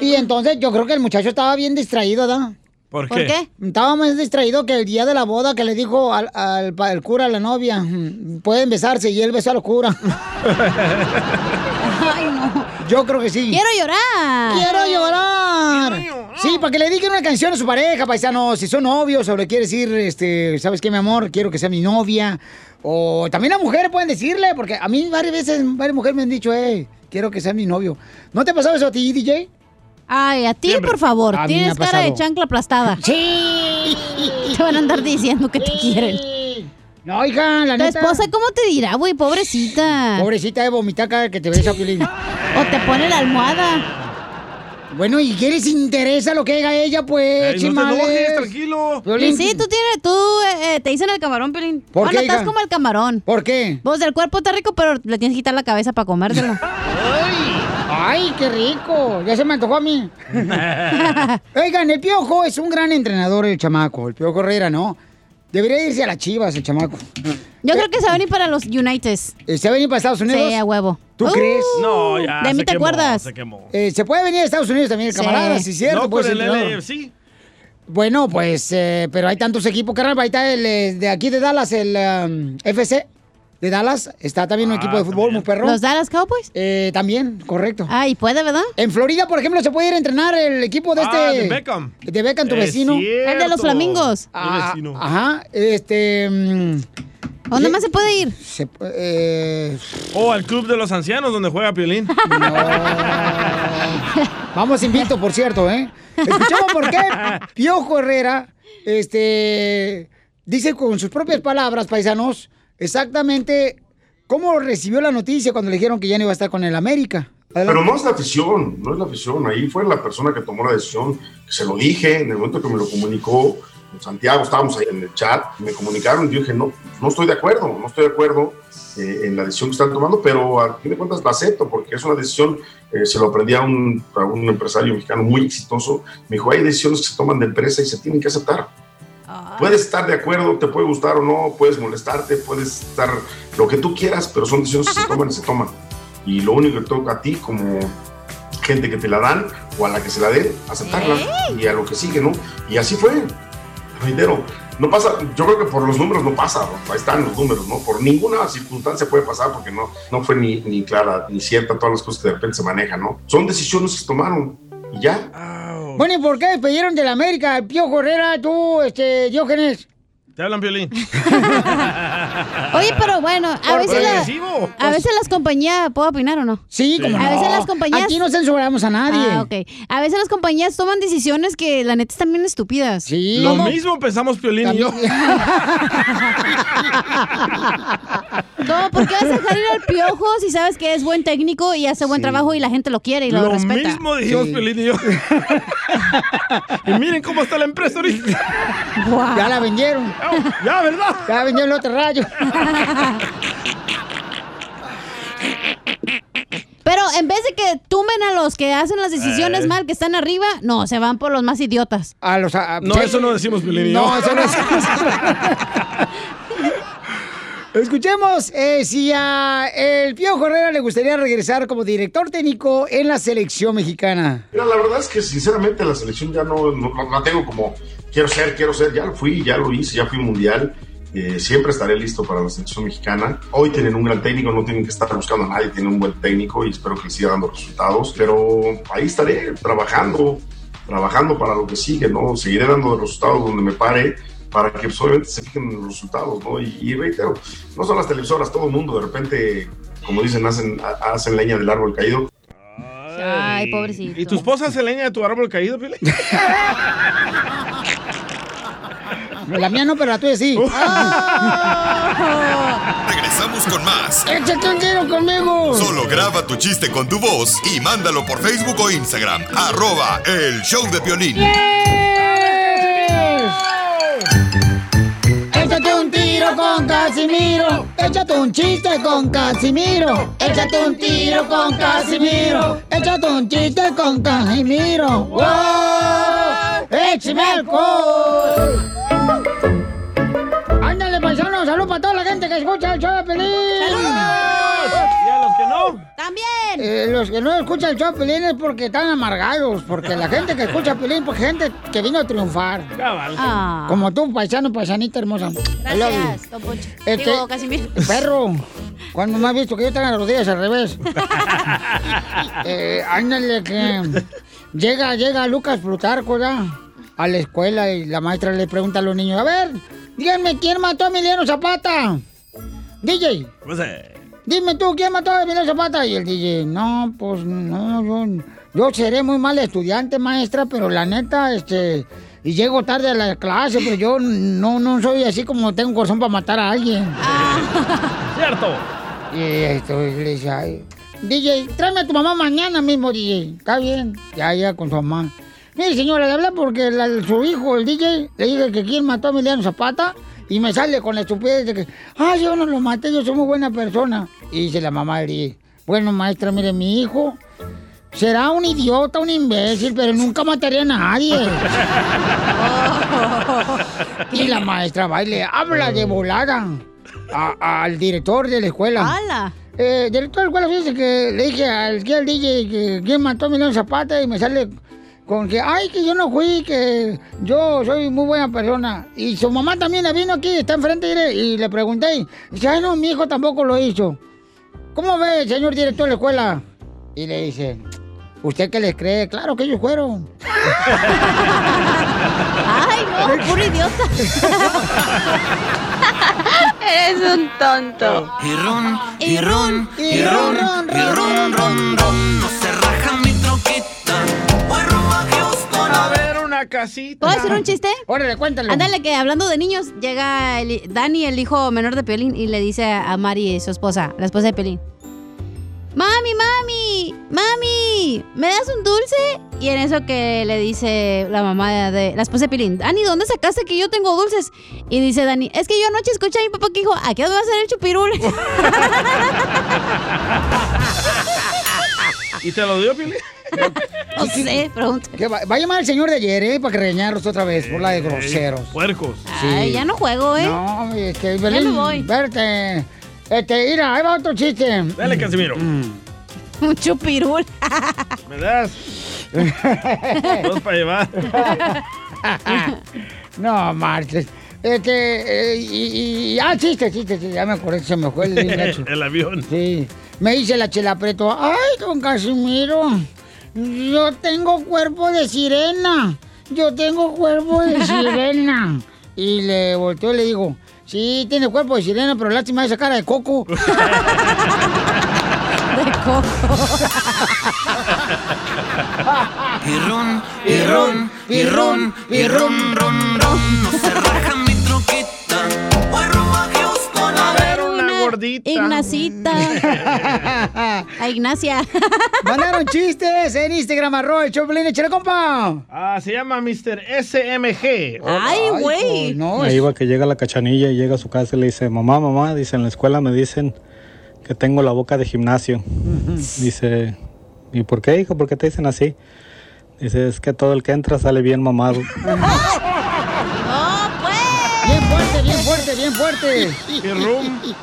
S1: Y entonces yo creo que el muchacho estaba bien distraído, ¿da?
S2: ¿Por qué?
S1: Estaba más distraído que el día de la boda que le dijo al, al pa- el cura a la novia, mm, pueden besarse y él besó
S3: [laughs]
S1: al cura. Ay, no. Yo creo que sí.
S3: Quiero llorar.
S1: Quiero llorar. Sí, para que le dediquen una canción a su pareja, paisano. Si son novios o le quiere decir, este, ¿sabes qué, mi amor? Quiero que sea mi novia. O también a mujeres pueden decirle, porque a mí varias veces, varias mujeres me han dicho, eh, quiero que sea mi novio. ¿No te ha pasado eso a ti, DJ?
S3: Ay, a ti, por favor.
S1: A mí me
S3: Tienes
S1: ha
S3: cara
S1: pasado.
S3: de chancla aplastada.
S1: Sí.
S3: [laughs] Te van a andar diciendo que te quieren.
S1: No, hija, la
S3: ¿Tu
S1: neta.
S3: esposa cómo te dirá, güey? Pobrecita.
S1: Pobrecita de vomitar cada que te ves a Piolín.
S3: O te pone la almohada.
S1: Bueno, ¿y qué les interesa lo que haga ella, pues,
S3: Ay, no te
S1: chimales?
S3: enojes,
S1: [laughs]
S2: tranquilo.
S3: Y sí, tú tienes, tú eh, eh, te dicen el camarón, Pelín.
S1: ¿Por
S3: Bueno,
S1: qué,
S3: estás
S1: hija?
S3: como el camarón.
S1: ¿Por qué?
S3: Vos del cuerpo está rico, pero le tienes que quitar la cabeza para comértelo.
S1: ¡Ay, qué rico! Ya se me antojó a mí. Oigan, el Piojo es un gran entrenador, el chamaco. El Piojo Herrera, ¿no? Debería irse a las chivas, el chamaco.
S3: Yo creo que se va a venir para los Unites.
S1: ¿Se va a venir para Estados Unidos?
S3: Sí, a huevo.
S1: ¿Tú
S3: Uh,
S1: crees?
S2: No, ya.
S3: de mí
S2: se
S3: te
S2: quemó,
S3: acuerdas.
S2: Se quemó.
S1: Eh, se puede venir a Estados Unidos también el
S2: Sí.
S1: camarada, sí, es cierto. pues,
S2: No
S1: puede
S2: con
S1: ser
S2: el E,
S1: entrenador.
S2: LAFC.
S1: Bueno, pues, eh, pero hay tantos equipos, carnal. Ahí está el eh, de aquí de Dallas, el um, FC de Dallas. Está también
S3: Ah,
S1: un equipo de fútbol muy perro.
S3: ¿Los Dallas Cowboys?
S1: Eh, también, correcto.
S3: Ah, y puede, ¿verdad?
S1: En Florida, por ejemplo, se puede ir a entrenar el equipo de este.
S3: Ah, de Beckham.
S1: De Beckham, tu
S3: Es
S1: vecino.
S3: cierto. El de los flamingos.
S1: Ah,
S3: Mi vecino.
S1: Ajá, este.
S3: ¿Dónde más se puede ir?
S1: eh,
S2: O al club de los ancianos donde juega Piolín.
S1: Vamos invicto, por cierto, ¿eh? Escuchamos por qué Piojo Herrera este, dice con sus propias palabras, paisanos, exactamente cómo recibió la noticia cuando le dijeron que ya no iba a estar con el América. Adelante.
S7: Pero no es la afición, no es la afición. Ahí fue la persona que tomó la decisión. que Se lo dije en el momento que me lo comunicó. en Santiago, estábamos ahí en el chat, me comunicaron y yo dije, no, no estoy de acuerdo, no estoy de acuerdo eh, en la decisión que están tomando, pero a fin de cuentas la acepto porque es una decisión, eh, se lo aprendí a un, a un empresario mexicano muy exitoso, me dijo, hay decisiones que se toman de empresa y se tienen que aceptar.
S3: Ah.
S7: Puedes estar de acuerdo, te puede gustar o no, puedes molestarte, puedes estar lo que tú quieras, pero son decisiones que se toman y se toman. Y lo único que toca a ti como gente que te la dan o a la que se la den, aceptarla y a lo que sigue, ¿no? Y así fue. Reitero, no pasa, yo creo que por los números no pasa, ¿no? ahí están los números, ¿no? Por ninguna circunstancia puede pasar porque no, no fue ni, ni clara ni cierta todas las cosas que de repente se manejan, ¿no? Son decisiones que se tomaron y ya.
S1: Bueno, ¿y por qué despidieron del América al Piojo Herrera, tú, este, Diógenes?
S2: Te hablan Piolín.
S3: [laughs] Oye, pero bueno, a
S2: Por
S3: veces, la-
S2: progresivo.
S3: a veces las compañías, ¿puedo opinar o no?
S1: Sí, como
S3: A veces
S1: no.
S3: las compañías...
S1: Aquí no censuramos a nadie.
S3: Ah, ok. A veces las compañías toman decisiones que la neta están bien estúpidas.
S1: Sí.
S2: Lo mismo pensamos Piolín y yo.
S3: No, ¿por qué vas a dejar ir al piojo si sabes que es buen técnico y hace buen trabajo y la gente lo quiere [laughs] y lo,
S2: Lo
S3: respeta?
S2: mismo dijimos Piolín
S1: [laughs]
S2: y yo. y miren cómo está la empresa ahorita.
S1: Ya la
S2: [laughs]
S1: vendieron.
S2: Oh, Ya, ¿verdad?
S1: Ya vendió el otro rayo.
S2: [laughs]
S3: Pero en vez de que tumben a los que hacen las decisiones
S2: Eh.
S3: mal, que están arriba, no, se van por los más idiotas.
S1: A los, a-
S2: No, eso no decimos Piolín y yo.
S1: No, eso no es. Escuchemos eh, si a el Piojo Herrera le gustaría regresar como director técnico en la selección mexicana.
S7: Mira, la verdad es que sinceramente la selección ya no, no- no la tengo como quiero ser, quiero ser, ya lo fui, ya lo hice, ya fui mundial. Eh, siempre estaré listo para la selección mexicana. Hoy tienen un gran técnico, no tienen que estar buscando a nadie, tienen un buen técnico y espero que les siga dando resultados. Pero ahí estaré trabajando, trabajando para lo que sigue, ¿no? Seguiré dando resultados donde me pare para que pues, obviamente se fijen en los resultados, ¿no? Y, y reitero, no son las televisoras, todo el mundo de repente, como dicen, hacen, ha- hacen leña del árbol caído.
S3: Ay, pobrecito.
S2: ¿Y tu esposa se leña de tu árbol caído, Pili?
S1: La mía no, pero la tuya sí. ¡Ah!
S8: Regresamos con más.
S1: ¡Échate un tiro conmigo!
S8: Solo graba tu chiste con tu voz y mándalo por Facebook o Instagram. Arroba el show de Piolín.
S1: Échate un tiro con Casimiro. Échate un chiste con Casimiro. Échate un tiro con Casimiro. Échate un chiste con Casimiro. ¡Wow! ¡Échame alcohol! Ándale, paisano. Salud para toda la gente que escucha el show de Pelín.
S2: ¿Y a los que no?
S1: También. Eh, los que no escuchan el show de Pelín es porque están amargados. Porque la gente que escucha Pelín es gente que vino a triunfar.
S2: Cabal.
S3: Ah.
S1: Como tú, paisano, paisanita hermosa. I love you.
S3: Gracias, Don Poncho.
S1: Este-
S3: Digo, Casimiro.
S1: [laughs] Perro, cuando me has visto que yo tengo las rodillas al revés. Eh, ándale que llega, llega Lucas Plutarco ya a la escuela y la maestra le pregunta a los niños, a ver, díganme quién mató a Emiliano Zapata. DJ,
S2: Pues, eh,
S1: dime tú quién mató a Emiliano Zapata. Y el DJ, no, pues no, yo, yo seré muy mal estudiante, maestra, pero la neta, este, y llego tarde a la clase, pero yo no, no soy así como tengo corazón para matar a alguien.
S2: cierto.
S1: Y esto le dice, ay, DJ, tráeme a tu mamá mañana mismo, DJ. Está bien, ya, ya con su mamá. Mire, señora, le hablé porque la- su hijo, el DJ, le dije que quién mató a Emiliano Zapata y me sale con la estupidez de que, ah, yo no lo maté, yo soy muy buena persona. Y dice la mamá del DJ, bueno, maestra, mire, mi hijo será un idiota, un imbécil, pero nunca mataría a nadie. y la maestra baile, habla de volada a- al director de la escuela.
S3: ¡Hala!
S1: Eh, director de la escuela, fíjese que le dije al, que al DJ que quién mató a Milán Zapata y me sale con que, ay, que yo no fui, que yo soy muy buena persona. Y su mamá también la vino aquí, está enfrente mire, y le pregunté, y dice, ay, no, mi hijo tampoco lo hizo. ¿Cómo ve, señor director de la escuela? Y le dice, ¿usted qué les cree? Claro que ellos fueron.
S3: ¡Ay, no! ¡Puro idiota!
S9: [laughs] Eres un tonto.
S12: Y ron,
S9: y ron, y ron, y ron, ron, ron. No se raja mi troquita.
S2: A ver, una casita.
S3: ¿Puedo decir un chiste?
S1: Órale, cuéntalo.
S3: Ándale, que hablando de niños, llega el- Dani, el hijo menor de Pelín, y le dice a Mari, su esposa, la esposa de Pelín. Mami, mami, mami, ¿me das un dulce? Y en eso que le dice la mamá de la esposa de Pelín, Dani, ¿dónde sacaste que yo tengo dulces? Y dice Dani, es que yo anoche escuché a mi papá que dijo, ¿a qué hora va a ser el chupirul?
S2: ¿Y te lo dio, Pili?
S3: no sé, pregunta.
S1: Que va, va a llamar al señor de ayer, ¿eh? Para que regañarlos otra vez por la de groseros.
S2: Eh, Puercos.
S1: Sí.
S3: Ay, ya no juego, ¿eh?
S1: No, es que Belén,
S3: me voy.
S1: Verte. Este, mira, ahí va otro chiste.
S2: Dale, Casimiro.
S3: [laughs]
S1: Mm.
S3: Un chupirul. [laughs]
S2: ¿Me das? Dos para llevar.
S1: [laughs] no, marches. Este, eh, y, y- ah, chiste, chiste, chiste, ya me acordé, se me
S2: [laughs]
S1: fue el gacho.
S2: El avión.
S1: Pues, Sí. Me dice la chela preto, ay, don Casimiro, yo tengo cuerpo de sirena, yo tengo cuerpo de sirena. Y le volteo y le digo, sí, tiene cuerpo de sirena, pero lástima esa cara de coco. de
S12: Y ron, y ron, y ron, y ron, ron, ron. No se raja mi troquita.
S3: Una
S1: [laughs]
S2: gordita.
S3: Ignacita. A Ignacia.
S1: Mandaron chistes en Instagram, arroba el Choplin, échale compa.
S2: Ah, se llama Mr. SMG.
S1: Ay, güey. no,
S4: Ahí va que llega la cachanilla y llega a su casa y le dice, mamá, mamá, dice, en la escuela me dicen que tengo la boca de gimnasio. Dice, ¿y por qué, hijo? ¿Por qué te dicen así? Dice, es que todo el que entra sale bien mamado.
S1: Bien fuerte, bien fuerte, bien fuerte.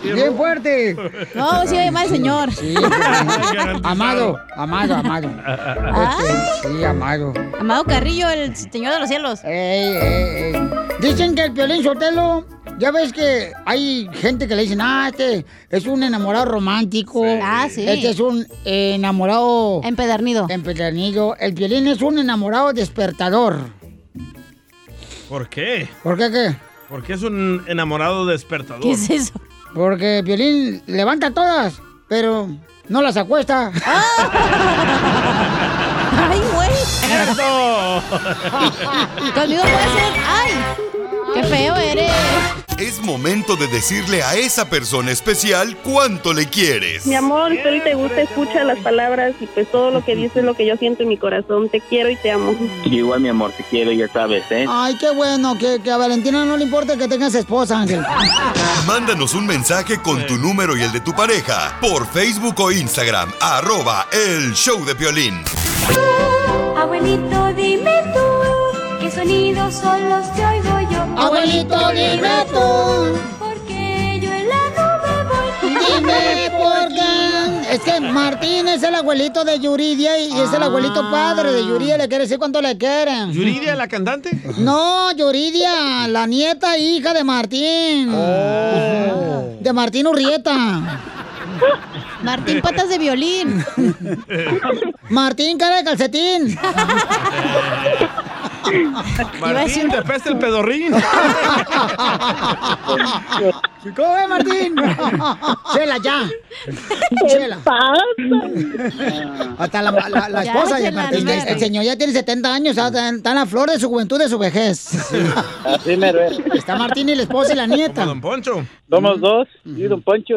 S1: Bien fuerte.
S3: No, sí, oye, mal señor. [laughs]
S1: Sí, pues, amado, amado, amado. Este, sí, amado.
S3: Amado Carrillo, el señor de los cielos.
S1: Dicen que el Piolín Sotelo Ya ves que hay gente que le dicen, ah, este es un enamorado romántico.
S3: Ah, sí.
S1: Este es un eh, enamorado.
S3: Empedernido.
S1: Empedernido. El violín es un enamorado despertador.
S2: ¿Por qué?
S1: ¿Por qué qué?
S2: ¿Por qué es un enamorado despertador?
S1: Porque violín levanta todas, pero no las
S3: [laughs]
S1: acuesta.
S3: ¡Ay, güey! Conmigo puede ser. ¡Ay! ¡Qué feo eres!
S8: Es momento de decirle a esa persona especial cuánto le quieres.
S10: Mi amor, si te gusta, escucha las palabras y pues todo lo que dices es lo que yo siento en mi corazón. Te quiero y te amo.
S11: Igual, mi amor, te quiero, ya sabes, ¿eh?
S8: Ah.
S1: Ay, qué bueno, que, que a Valentina no le importa que tengas esposa, Ángel.
S8: Mándanos un mensaje con tu número y el de tu pareja por Facebook o Instagram, arroba el show de Piolín.
S12: Abuelito, dime tú, ¿qué sonidos son los que oigo yo?
S1: Abuelito, dime tú.
S12: Porque yo en la nube voy.
S1: [laughs] Dime por qué. Es que Martín es el abuelito de Yuridia y es el abuelito padre de Yuridia. Le quiere decir cuánto le quieren.
S2: Ah. ¿Yuridia, la cantante?
S1: No, Yuridia, la nieta e hija de
S2: Oh.
S1: Martín. De Martín Urrieta.
S3: Martín Patas de Violín.
S1: Martín Cara de Calcetín.
S3: Iba a decir-
S2: Martín, te peste el pedorrín.
S1: ¿Cómo es, Martín? Chela, ya. Chela. Hasta la, la- la
S12: Ya,
S1: esposa.
S12: Chela,
S1: el, este.
S12: no me
S1: el- el señor ya tiene 70 años. ah, Está en está en la flor de su juventud, de su vejez.
S11: Así me ve.
S1: Está Martín y la esposa y la nieta.
S2: Don Poncho. Mm.
S11: Somos dos y Don
S2: [laughs]
S11: Poncho.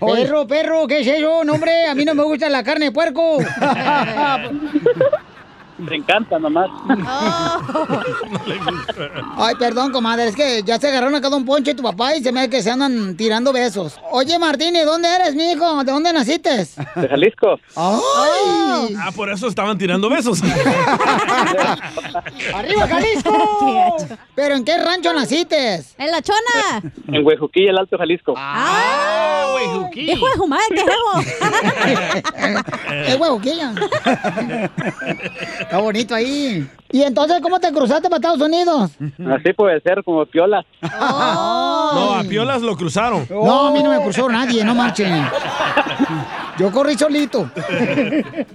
S1: Perro, perro, ¿qué sé yo? No, hombre, a mí no me gusta la carne de puerco.
S11: Te encanta
S2: [laughs]
S11: nomás.
S1: [laughs] Ay, perdón, comadre, es que ya se agarraron acá Don Poncho y tu papá y se me hace que se andan tirando besos. Oye, Martín, ¿y dónde eres, mijo? ¿De dónde naciste?
S11: De Jalisco.
S1: ¡Ay!
S2: Ah, por eso estaban tirando besos.
S1: ¡Arriba, [laughs] Jalisco! ¿Pero en qué rancho naciste?
S3: ¡En la chona!
S11: En Huejuquilla, el Alto Jalisco.
S3: ¡Ah! ¡Hijo de su madre, qué
S10: [laughs]
S1: Eh, ¡Qué huevoquilla! Está bonito ahí. ¿Y entonces cómo te cruzaste para Estados Unidos?
S11: Así puede ser, como piola.
S2: No, a Piolas lo cruzaron.
S1: No, a mí no me cruzó nadie, no marchen. Yo corrí solito.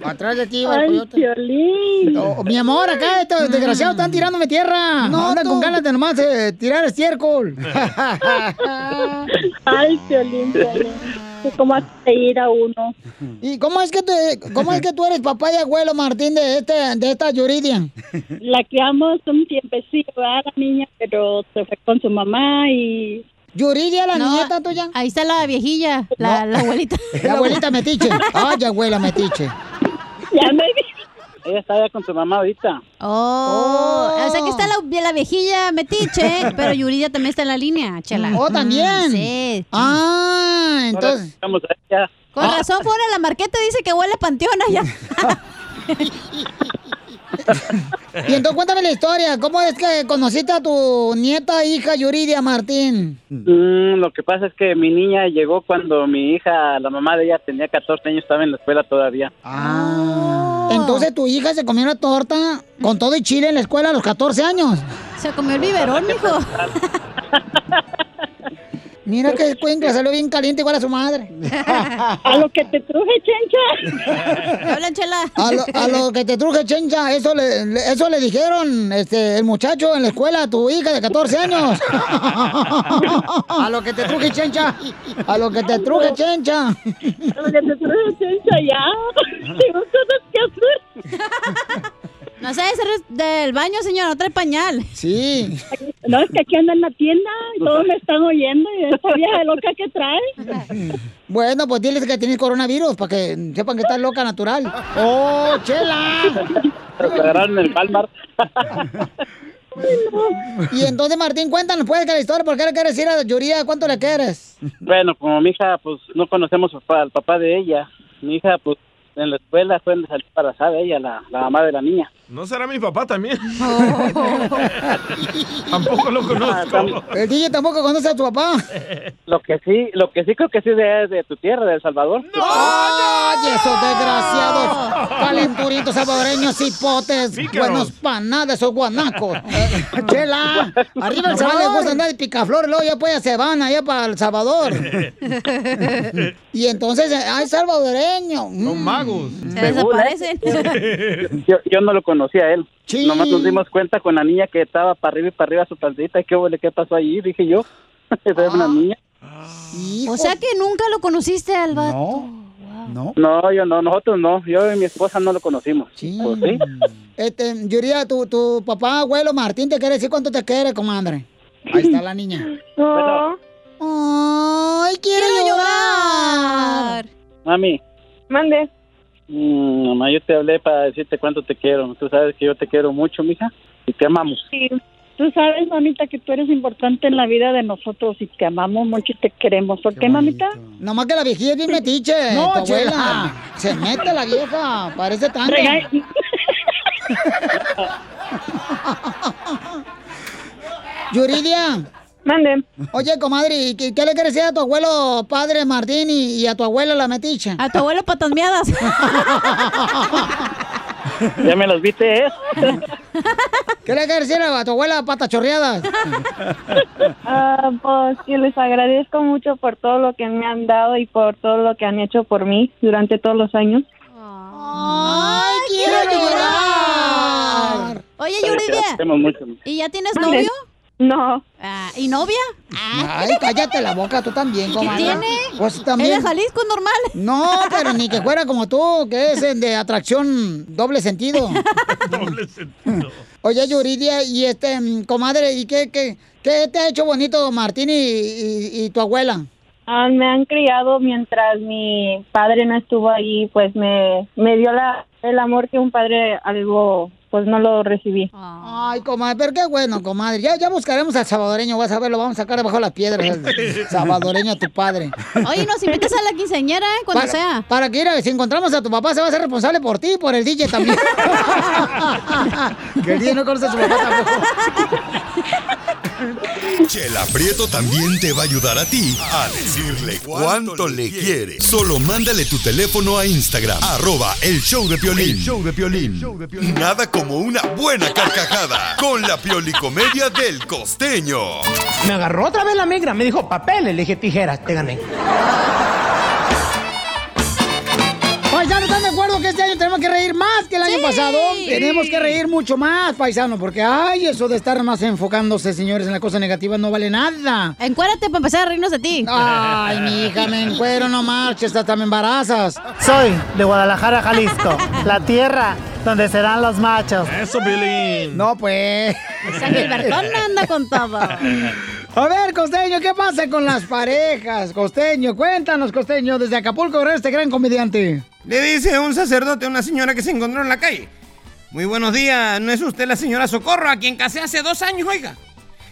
S1: Atrás de ti, va el
S12: Ay,
S1: coyote. No, mi amor, acá estos desgraciados están tirándome tierra. No, andan con ganas de nomás eh, tirar estiércol.
S10: [laughs] Ay, Piolín, Piolín. ¿Cómo hace ir a uno?
S1: ¿Y cómo es que te, cómo es que tú eres papá y abuelo, Martín, de este, de esta Yuridia?
S10: La criamos un tiempecito a la niña, pero se fue con su mamá y...
S1: Yuridia, la
S3: nieta tuya. Ahí está la viejilla, la, la
S1: [laughs]
S3: abuelita.
S1: La abuelita metiche.
S3: [laughs]
S1: Ay, abuela metiche.
S11: Ya me Ella está allá con su mamá ahorita.
S3: Oh, o sea que está la, la viejilla metiche, pero Yuridia también está en la línea, chela.
S1: Oh, también.
S3: Sí.
S1: Ah,
S11: entonces- Estamos allá.
S3: Con razón, fuera la marqueta dice que huele a panteón
S11: [laughs]
S3: allá.
S1: Y entonces cuéntame la historia. ¿Cómo es que conociste a tu nieta hija Yuridia, Martín?
S11: Mm, lo que pasa es que mi niña llegó cuando mi hija, la mamá de ella, tenía 14 años, estaba en la escuela todavía.
S1: Entonces tu hija se comió una torta con todo y chile en la escuela a los 14 años.
S3: Se comió el biberón, mijo.
S1: Mira que cuenca, salió bien caliente igual a su madre.
S10: A lo que te truje, chencha.
S3: Hola, chela.
S1: A lo, a lo que te truje, chencha, eso le, le- eso le dijeron este, el muchacho en la escuela a tu hija de 14 años. A lo que te truje, chencha. A lo que te truje, chencha. A
S10: lo que te truje, chencha, ya. Tengo cosas que hacer.
S3: No sé, ser del baño, señor, no trae pañal.
S1: Sí.
S10: No, es que aquí anda en la tienda y todos me están oyendo y esa vieja loca que trae.
S1: Bueno, pues diles que tienes coronavirus para que sepan que estás loca natural. ¡Oh, chela!
S11: Pero se agarraron en el Palmar.
S1: Y entonces, Martín, cuéntanos, puedes que la historia, ¿por qué le quieres ir a Yuridia? ¿Cuánto le quieres?
S11: Bueno, como mi hija, pues no conocemos al papá- al papá de ella. Mi hija, pues en la escuela fue donde salió embarazada ella, la, la mamá de la niña.
S2: ¿No será mi papá también? [laughs]
S1: Oh.
S2: Tampoco lo conozco.
S1: El DJ tampoco conoce a tu papá.
S11: Lo que sí, lo que sí creo que sí es de, de tu tierra, de El Salvador.
S1: ¡Ay, esos desgraciados! Calenturitos salvadoreños, hipotes,
S11: Pícaros.
S1: buenos panadas, esos
S2: [laughs]
S1: guanacos. Eh, ¡Chela! Arriba El Salvador les gusta andar de picaflor, luego ya pues se van allá para El Salvador. [laughs] y entonces, eh, ¡ay, salvadoreño! Mm. Son magos.
S11: Se desaparecen.
S1: [laughs]
S11: Yo, yo no lo conocía a él. Nomás nos dimos cuenta con la niña que estaba para arriba y para arriba su pandita. ¿Qué, huele? ¿Qué pasó allí? Dije yo. [laughs] Esa es una niña.
S3: O sea que nunca lo conociste al vato.
S1: ¿No?
S11: No, yo no, nosotros no. Yo y mi esposa no lo conocimos. Pues sí.
S1: Este, Yuria, tu, tu papá, abuelo Martín, te quiere decir cuánto te quiere, comadre. Ahí está la niña. ¡Ay, quiero, llorar!
S11: Mami.
S21: Mande.
S11: Mm, mamá, yo te hablé para decirte cuánto te quiero. Tú sabes que yo te quiero mucho, mija, y te amamos.
S21: Sí. Tú sabes, mamita, que tú eres importante en la vida de nosotros y te amamos mucho y te queremos. ¿Por qué, mamita?
S1: Nomás que la viejilla es bien metiche,
S21: No,
S1: tu abuela.
S21: chela.
S1: Se mete la vieja, parece
S21: [laughs]
S1: tanto.
S21: Rega-
S1: [laughs] Yuridia.
S21: Mande.
S1: Oye, comadre, ¿y ¿qué, qué le quieres decir a tu abuelo, padre Martín, y, y a tu abuela la metiche? A tu abuelo patasmeadas.
S11: Ya me las viste, ¿eh?
S1: [laughs] ¿Qué le quieres decir a tu abuela patachorreadas?
S21: Ah, pues que les agradezco mucho por todo lo que me han dado y por todo lo que han hecho por mí durante todos los años.
S3: ¡Ay,
S1: quiero
S3: llorar! Oye, Yuridia,
S11: Te amamos mucho.
S3: ¿y ya tienes
S21: Mande.
S3: novio? Ah,
S21: No.
S3: ¿Y novia?
S1: Ay, cállate la boca, tú también,
S3: ¿Ah? ¿Qué
S1: comadre.
S3: tiene?
S1: Pues también.
S3: Es de Jalisco, normal.
S1: No, pero ni que fuera como tú, que es el de atracción
S3: [laughs]
S1: doble sentido. Oye, Yuridia, y este, mm, comadre, ¿y qué, qué, qué te ha hecho bonito Martín y, y- y tu abuela?
S21: Ah, me han criado mientras mi padre no estuvo ahí, pues me, me dio la, el amor que un padre algo, pues no lo recibí.
S1: Ah. Ay, comadre, pero qué bueno, comadre. Ya, ya buscaremos al salvadoreño, vas a ver, lo vamos a sacar debajo de las piedras. [laughs] el Salvadoreño, tu padre.
S3: Oye, nos invitas a la quinceañera, ¿eh? Cuando
S1: para,
S3: sea.
S1: Para que, mira, si encontramos a tu papá, se va a ser responsable por ti y por el DJ también. [laughs] que el DJ no conoce a su papá tampoco.
S8: Chela Prieto también te va a ayudar a ti a decirle Ah. cuánto le quiere. Solo mándale tu teléfono a Instagram, arroba el show de Piolín.
S22: El
S8: show de Nada como una buena carcajada con la piolicomedia del costeño.
S22: Me agarró otra vez la migra, me dijo papeles, le dije tijeras, te gané.
S1: Paisano, ¿están de acuerdo que este año tenemos que reír más que el año
S22: Sí.
S1: pasado?
S22: Sí.
S1: Tenemos que reír mucho más, paisano, porque ay, eso de estar más enfocándose, señores, en la cosa negativa no vale nada.
S3: Encuérate para empezar a reírnos de ti.
S1: Ay, mi hija, me encuero, no marches, hasta me embarazas.
S22: Soy de Guadalajara, Jalisco, la tierra donde serán los machos.
S2: Eso, Billy.
S1: No, pues.
S3: San Gilbertón anda con todo.
S1: A ver, costeño, ¿qué pasa con las parejas? Costeño, cuéntanos, costeño, desde Acapulco, Guerrero, este gran comediante.
S23: Le dice un sacerdote a una señora que se encontró en la calle. Muy buenos días, ¿no es usted la señora Socorro a quien casé hace dos años, oiga?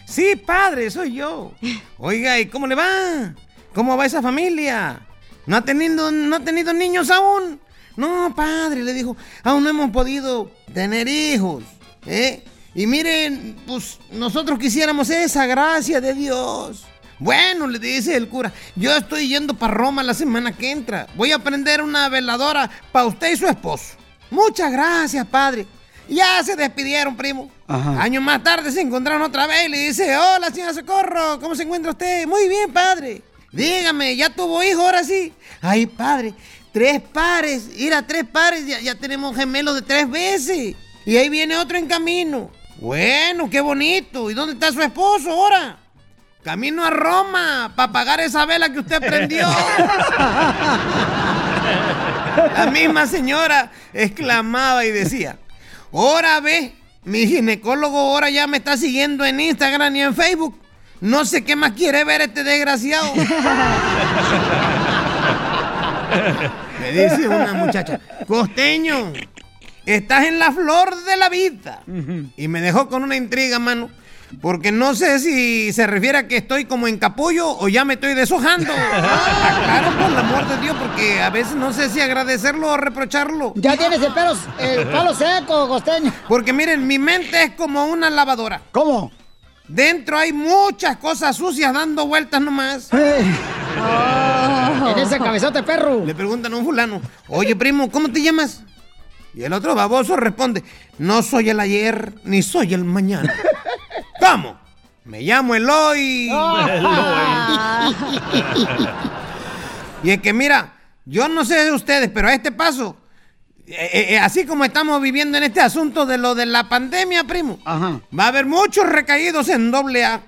S23: Sí, padre, soy yo. Oiga, ¿y cómo le va? ¿Cómo va esa familia? ¿No ha tenido, no ha tenido niños aún? No, padre, le dijo, aún no hemos podido tener hijos. ¿eh? Y miren, pues nosotros quisiéramos esa gracia de Dios. Bueno, le dice el cura, yo estoy yendo para Roma la semana que entra. Voy a prender una veladora para usted y su esposo. Muchas gracias, padre. Ya se despidieron, primo.
S1: Ajá.
S23: Años más tarde se encontraron otra vez y le dice, hola, señora Socorro, ¿cómo se encuentra usted? Muy bien, padre. Dígame, ¿ya tuvo hijo ahora sí? Ay, padre, tres pares, ir a tres pares, ya, ya tenemos gemelos de tres veces. Y ahí viene otro en camino. Bueno, qué bonito. ¿Y dónde está su esposo ahora? Camino a Roma para pagar esa vela que usted prendió. La misma señora exclamaba y decía, ahora ve, mi ginecólogo ahora ya me está siguiendo en Instagram y en Facebook. No sé qué más quiere ver este desgraciado. Me dice
S2: [laughs]
S23: una muchacha, costeño, estás en la flor de la vida. Y me dejó con una intriga, mano. Porque no sé si se refiere a que estoy como en capullo o ya me estoy
S1: [laughs]
S23: deshojando. Aclaro por el amor de Dios, porque a veces no sé si agradecerlo o reprocharlo.
S1: Ya tienes el, pelo, el palo seco, costeño.
S23: Porque miren, mi mente es como una lavadora.
S1: ¿Cómo?
S23: Dentro hay muchas cosas sucias dando vueltas nomás.
S1: Oh. En ese cabezote, perro.
S23: Le preguntan a un fulano, oye primo, ¿cómo te llamas? Y el otro baboso responde, no soy el ayer ni soy el mañana. ¿Cómo? Me llamo Eloy.
S12: Ah.
S23: y es que mira, yo no sé de ustedes, pero a este paso, eh, eh, eh, así como estamos viviendo en este asunto de lo de la pandemia, primo, va a haber muchos recaídos en doble A.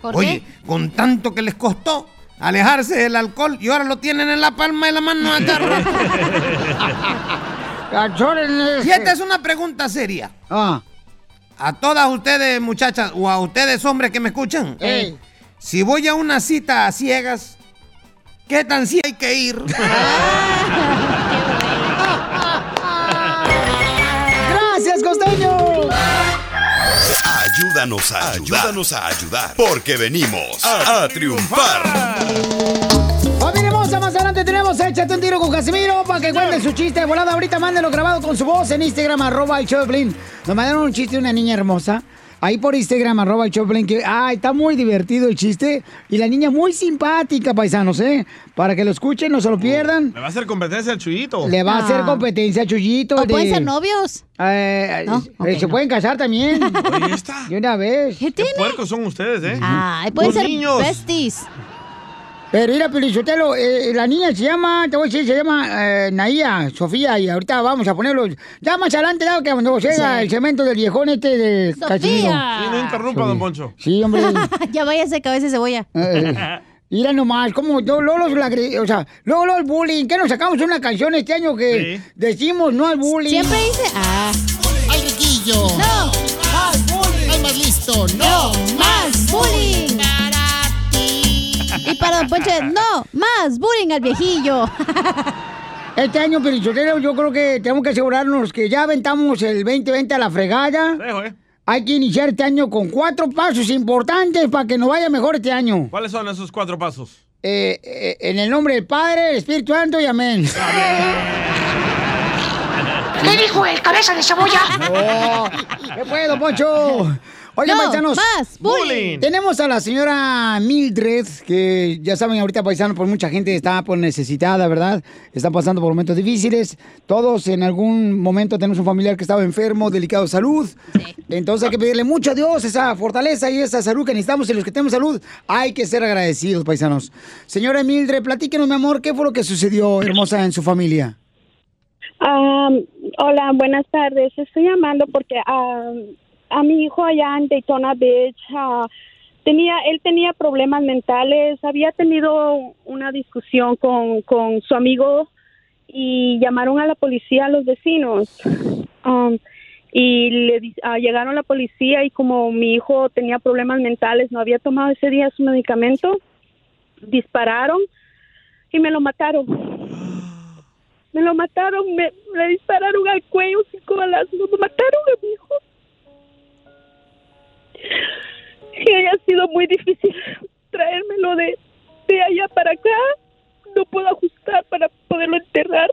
S12: ¿Por
S23: Oye,
S12: qué?
S23: con tanto que les costó alejarse del alcohol y ahora lo tienen en la palma de la mano.
S12: [laughs]
S23: Y esta es una pregunta seria.
S1: Ah.
S23: A todas ustedes, muchachas, o a ustedes, hombres que me escuchan.
S12: Ey.
S23: Si voy a una cita a ciegas, ¿qué tan ciega hay que ir?
S1: [laughs] ¡Gracias, costeño!
S8: Ayúdanos a ayudar. Ayúdanos a ayudar. Porque venimos a, a triunfar.
S1: Familia hermosa, más adelante tenemos Échate un tiro con Casimiro para que cuente su chiste de volada. Ahorita mándenlo grabado con su voz en Instagram, arroba el show de Piolín. Nos mandaron un chiste de una niña hermosa. Ahí por Instagram, arroba el show de Piolín, que, ay, está muy divertido el chiste. Y la niña muy simpática, paisanos, ¿eh? Para que lo escuchen, no se lo pierdan.
S2: Le va a hacer competencia al chuyito.
S1: Le va a hacer competencia a Chuyito.
S2: ¿O pueden ser
S1: novios? se pueden casar también. De una vez. ¿Qué
S2: Qué puercos son ustedes, ¿eh?
S1: Ay,
S2: pueden Los ser niños.
S1: besties. Pero mira, Pelichotelo, eh, la niña se llama, te voy a decir, se llama eh, Naía, Sofía, y ahorita vamos a ponerlo. Ya más adelante, ya que cuando llega el cemento del viejón este de Casimiro.
S2: Sí, no interrumpa, don Poncho.
S1: Sí, hombre.
S3: ya váyase, cabeza de cebolla.
S1: Eh, Mira nomás, como yo- Lolo, la gri- o sea, Lolo el bullying, que nos sacamos una canción este año que decimos no al bullying.
S3: Siempre dice, ah.
S1: Al riquillo. No, más bullying. Al más listo.
S3: No más bullying. Y para Don Poncho, no más bullying al viejillo.
S1: [laughs] Este año, Pelichotero, yo creo que tenemos que asegurarnos que ya aventamos el 2020 a la fregada.
S2: ¿eh?
S12: eh.
S1: Hay que iniciar este año con cuatro pasos importantes para que nos vaya mejor este año.
S2: ¿Cuáles son esos cuatro pasos?
S1: Eh, eh, en el nombre del Padre, del Espíritu Santo y [laughs] amén.
S12: ¿Qué
S1: dijo el cabeza de cebolla? ¿Qué fue, don Poncho? Oigan,
S12: No,
S1: paisanos.
S12: más bullying.
S1: Tenemos a la señora Mildred, que ya saben, ahorita paisano, por mucha gente está por necesitada, ¿verdad? Están pasando por momentos difíciles. Todos en algún momento tenemos un familiar que estaba enfermo, delicado de salud. Entonces hay que pedirle mucho a Dios esa fortaleza y esa salud que necesitamos. Y los que tenemos salud, hay que ser agradecidos, paisanos. Señora Mildred, platíquenos, mi amor, ¿qué fue lo que sucedió, hermosa, en su familia?
S21: Am, hola, buenas tardes. Estoy llamando porque am, a mi hijo allá en Daytona Beach ah, tenía, él tenía problemas mentales. Había tenido una discusión con, con su amigo y llamaron a la policía a los vecinos. Am, y le di- ah, llegaron la policía y como mi hijo tenía problemas mentales, no había tomado ese día su medicamento, dispararon y me lo mataron. Me lo mataron, me, le dispararon al cuello cinco balas, me lo mataron a mi hijo. Y ha sido muy difícil traérmelo de, de allá para acá. No puedo ajustar para poderlo enterrar.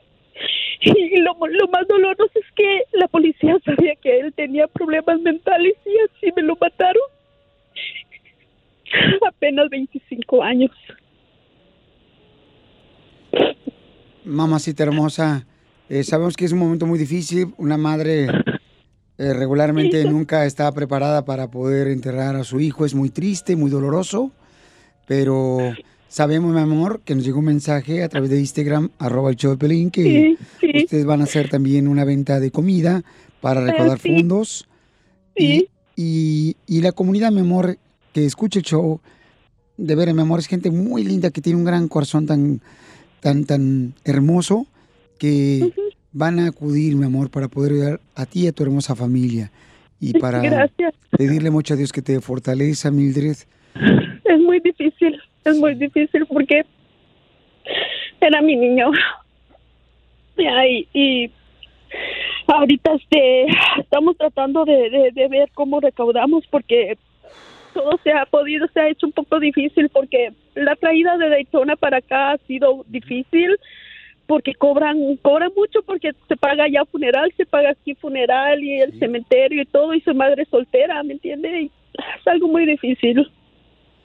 S21: Y lo, lo más doloroso es que la policía sabía que él tenía problemas mentales y así me lo mataron. Apenas 25 años.
S1: Mamacita hermosa, eh, sabemos que es un momento muy difícil. Una madre eh, regularmente nunca está preparada para poder enterrar a su hijo. Es muy triste, muy doloroso. Pero sabemos, mi amor, que nos llegó un mensaje a través de Instagram, arroba el show de Pelín, que ustedes van a hacer también una venta de comida para
S21: Ah,
S1: recaudar
S21: sí.
S1: fondos. Y, y, y la comunidad, mi amor, que escucha el show, de ver, mi amor, es gente muy linda que tiene un gran corazón tan, tan, tan hermoso que van a acudir, mi amor, para poder ayudar a ti y a tu hermosa familia. Y para
S21: Gracias.
S1: pedirle mucho a Dios que te fortaleza, Mildred.
S21: Es muy difícil, es muy difícil porque era mi niño. Ya, Y, y ahorita este, estamos tratando de, de- de ver cómo recaudamos porque todo se ha podido, se ha hecho un poco difícil porque la traída de Daytona para acá ha sido difícil porque cobran, cobran mucho porque se paga ya funeral, se paga aquí funeral y el cementerio y todo y su madre es soltera, ¿me entiende? Y es algo muy difícil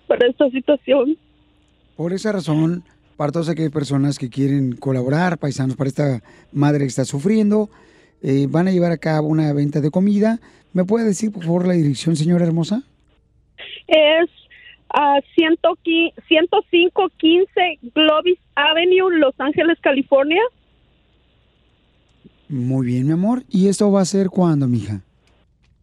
S21: para esta situación.
S1: Por esa razón, para todas aquellas personas que quieren colaborar, paisanos, para esta madre que está sufriendo, eh, van a llevar a cabo una venta de comida. ¿Me puede decir, por favor, la dirección, señora hermosa?
S21: Es ah, a 10515 Globis Avenue, Los Ángeles, California.
S1: Muy bien, mi amor. ¿Y esto va a ser cuándo, mija?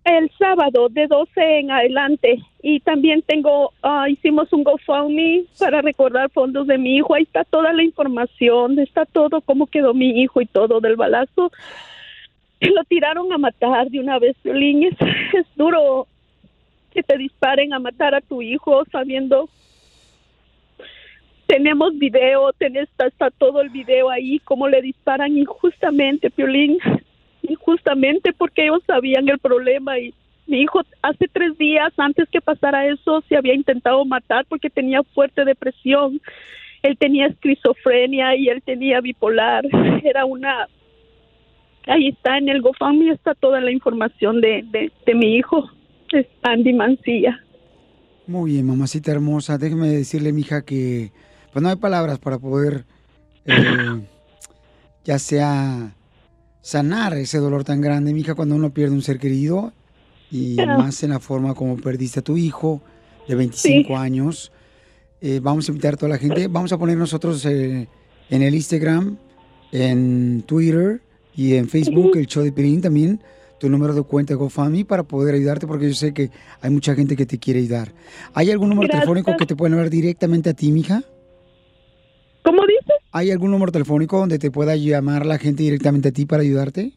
S21: El sábado de 12 en adelante. Y también tengo, ah, hicimos un GoFundMe para recordar fondos de mi hijo. Ahí está toda la información, está todo cómo quedó mi hijo y todo del balazo. Lo tiraron a matar de una vez, Violín. Es, es duro que te disparen a matar a tu hijo sabiendo. Tenemos video, ten- está, está todo el video ahí, cómo le disparan injustamente, Piolín, injustamente porque ellos sabían el problema y mi hijo hace tres días antes que pasara eso se había intentado matar porque tenía fuerte depresión, él tenía esquizofrenia y él tenía bipolar, [laughs] era una... Ahí está en el GoFundMe, está toda la información de, de, de mi hijo es Andy Mancilla.
S1: Muy bien, mamacita hermosa. Déjeme decirle, mija, que pues no hay palabras para poder, eh, ya sea sanar ese dolor tan grande, mija, cuando uno pierde un ser querido y
S21: Claro.
S1: más en la forma como perdiste a tu hijo de 25 años. Eh, vamos a invitar a toda la gente. Vamos a poner nosotros eh, en el Instagram, en Twitter y en Facebook, el show de Pirín también, tu número de cuenta de GoFundMe para poder ayudarte porque yo sé que hay mucha gente que te quiere ayudar. ¿Hay algún número
S21: Gracias.
S1: telefónico que te pueden hablar directamente a ti, mija?
S21: ¿Cómo dices?
S1: ¿Hay algún número telefónico donde te pueda llamar la gente directamente a ti para ayudarte?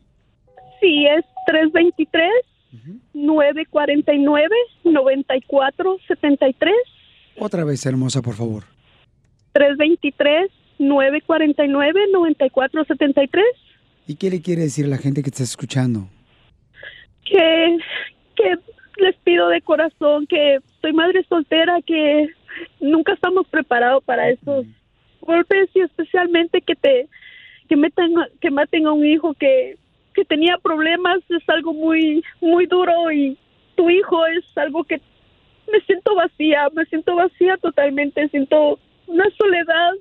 S21: Sí, es 323 949 9473
S1: Otra vez, hermosa, por favor.
S21: 323 949 9473
S1: ¿Y qué le quiere decir a la gente que te está escuchando?
S21: que que les pido de corazón que soy madre soltera que nunca estamos preparados para estos golpes y especialmente que te que metan que maten a un hijo que que tenía problemas es algo muy muy duro y tu hijo es algo que me siento vacía me siento vacía totalmente siento una soledad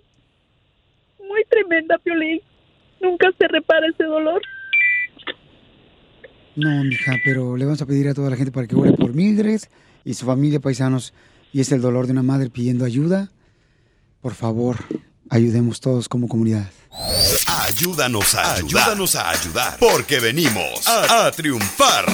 S21: muy tremenda Piolín nunca se repara ese dolor
S1: No, mija, pero le vamos a pedir a toda la gente para que ore por Mildred y su familia, paisanos. Y es el dolor de una madre pidiendo ayuda. Por favor, ayudemos todos como comunidad.
S8: Ayúdanos a ayudar. Ayúdanos a ayudar. Porque venimos a, a triunfar.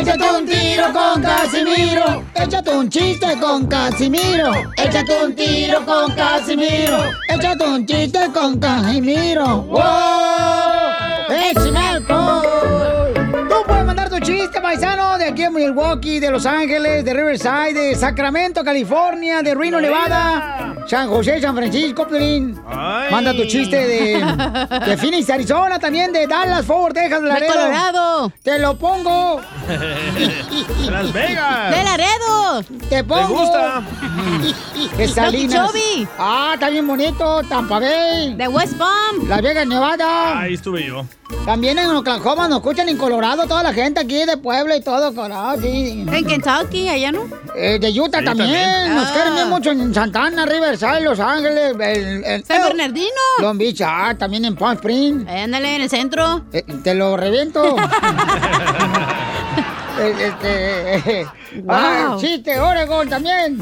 S1: Échate un tiro con Casimiro. Échate un chiste con Casimiro. Échate un tiro con Casimiro. Échate un chiste con Casimiro. ¡Wow! ¡Échame alcohol! Tú puedes mandar tu chiste, paisano, de aquí en Milwaukee, de Los Ángeles, de Riverside, de Sacramento, California, de Reno, Nevada, San José, San Francisco, Piolín. Manda tu chiste de, de Phoenix, Arizona, también de Dallas, Fort Worth, Texas, Laredo.
S3: Colorado.
S1: Te lo pongo.
S2: [laughs] Las Vegas.
S1: ¡De Laredo! ¡Te
S3: [laughs]
S1: pongo!
S2: gusta?
S1: ¡De Salinas!
S2: Okeechobee.
S1: ¡Ah, está bien bonito! ¡Tampa Bay! ¡De West Palm! ¡Las Vegas, Nevada!
S2: Ahí estuve yo.
S1: También en Oklahoma nos escuchan en Colorado toda la gente aquí de Puebla y todo, Colorado, sí. En Kentucky, allá no. de Utah
S3: Sí,
S1: también.
S3: también.
S1: Nos
S3: Ah.
S1: quieren bien mucho en Santana, Riverside, Los Ángeles, el- el-
S3: San
S1: eh,
S3: Bernardino. Eh,
S1: Long Beach, ah, también en Palm Springs.
S3: ándale, en el centro.
S1: Eh, te
S3: [laughs]
S1: lo reviento. Eh, este, eh, ah,
S3: Wow.
S1: chiste, Oregon también.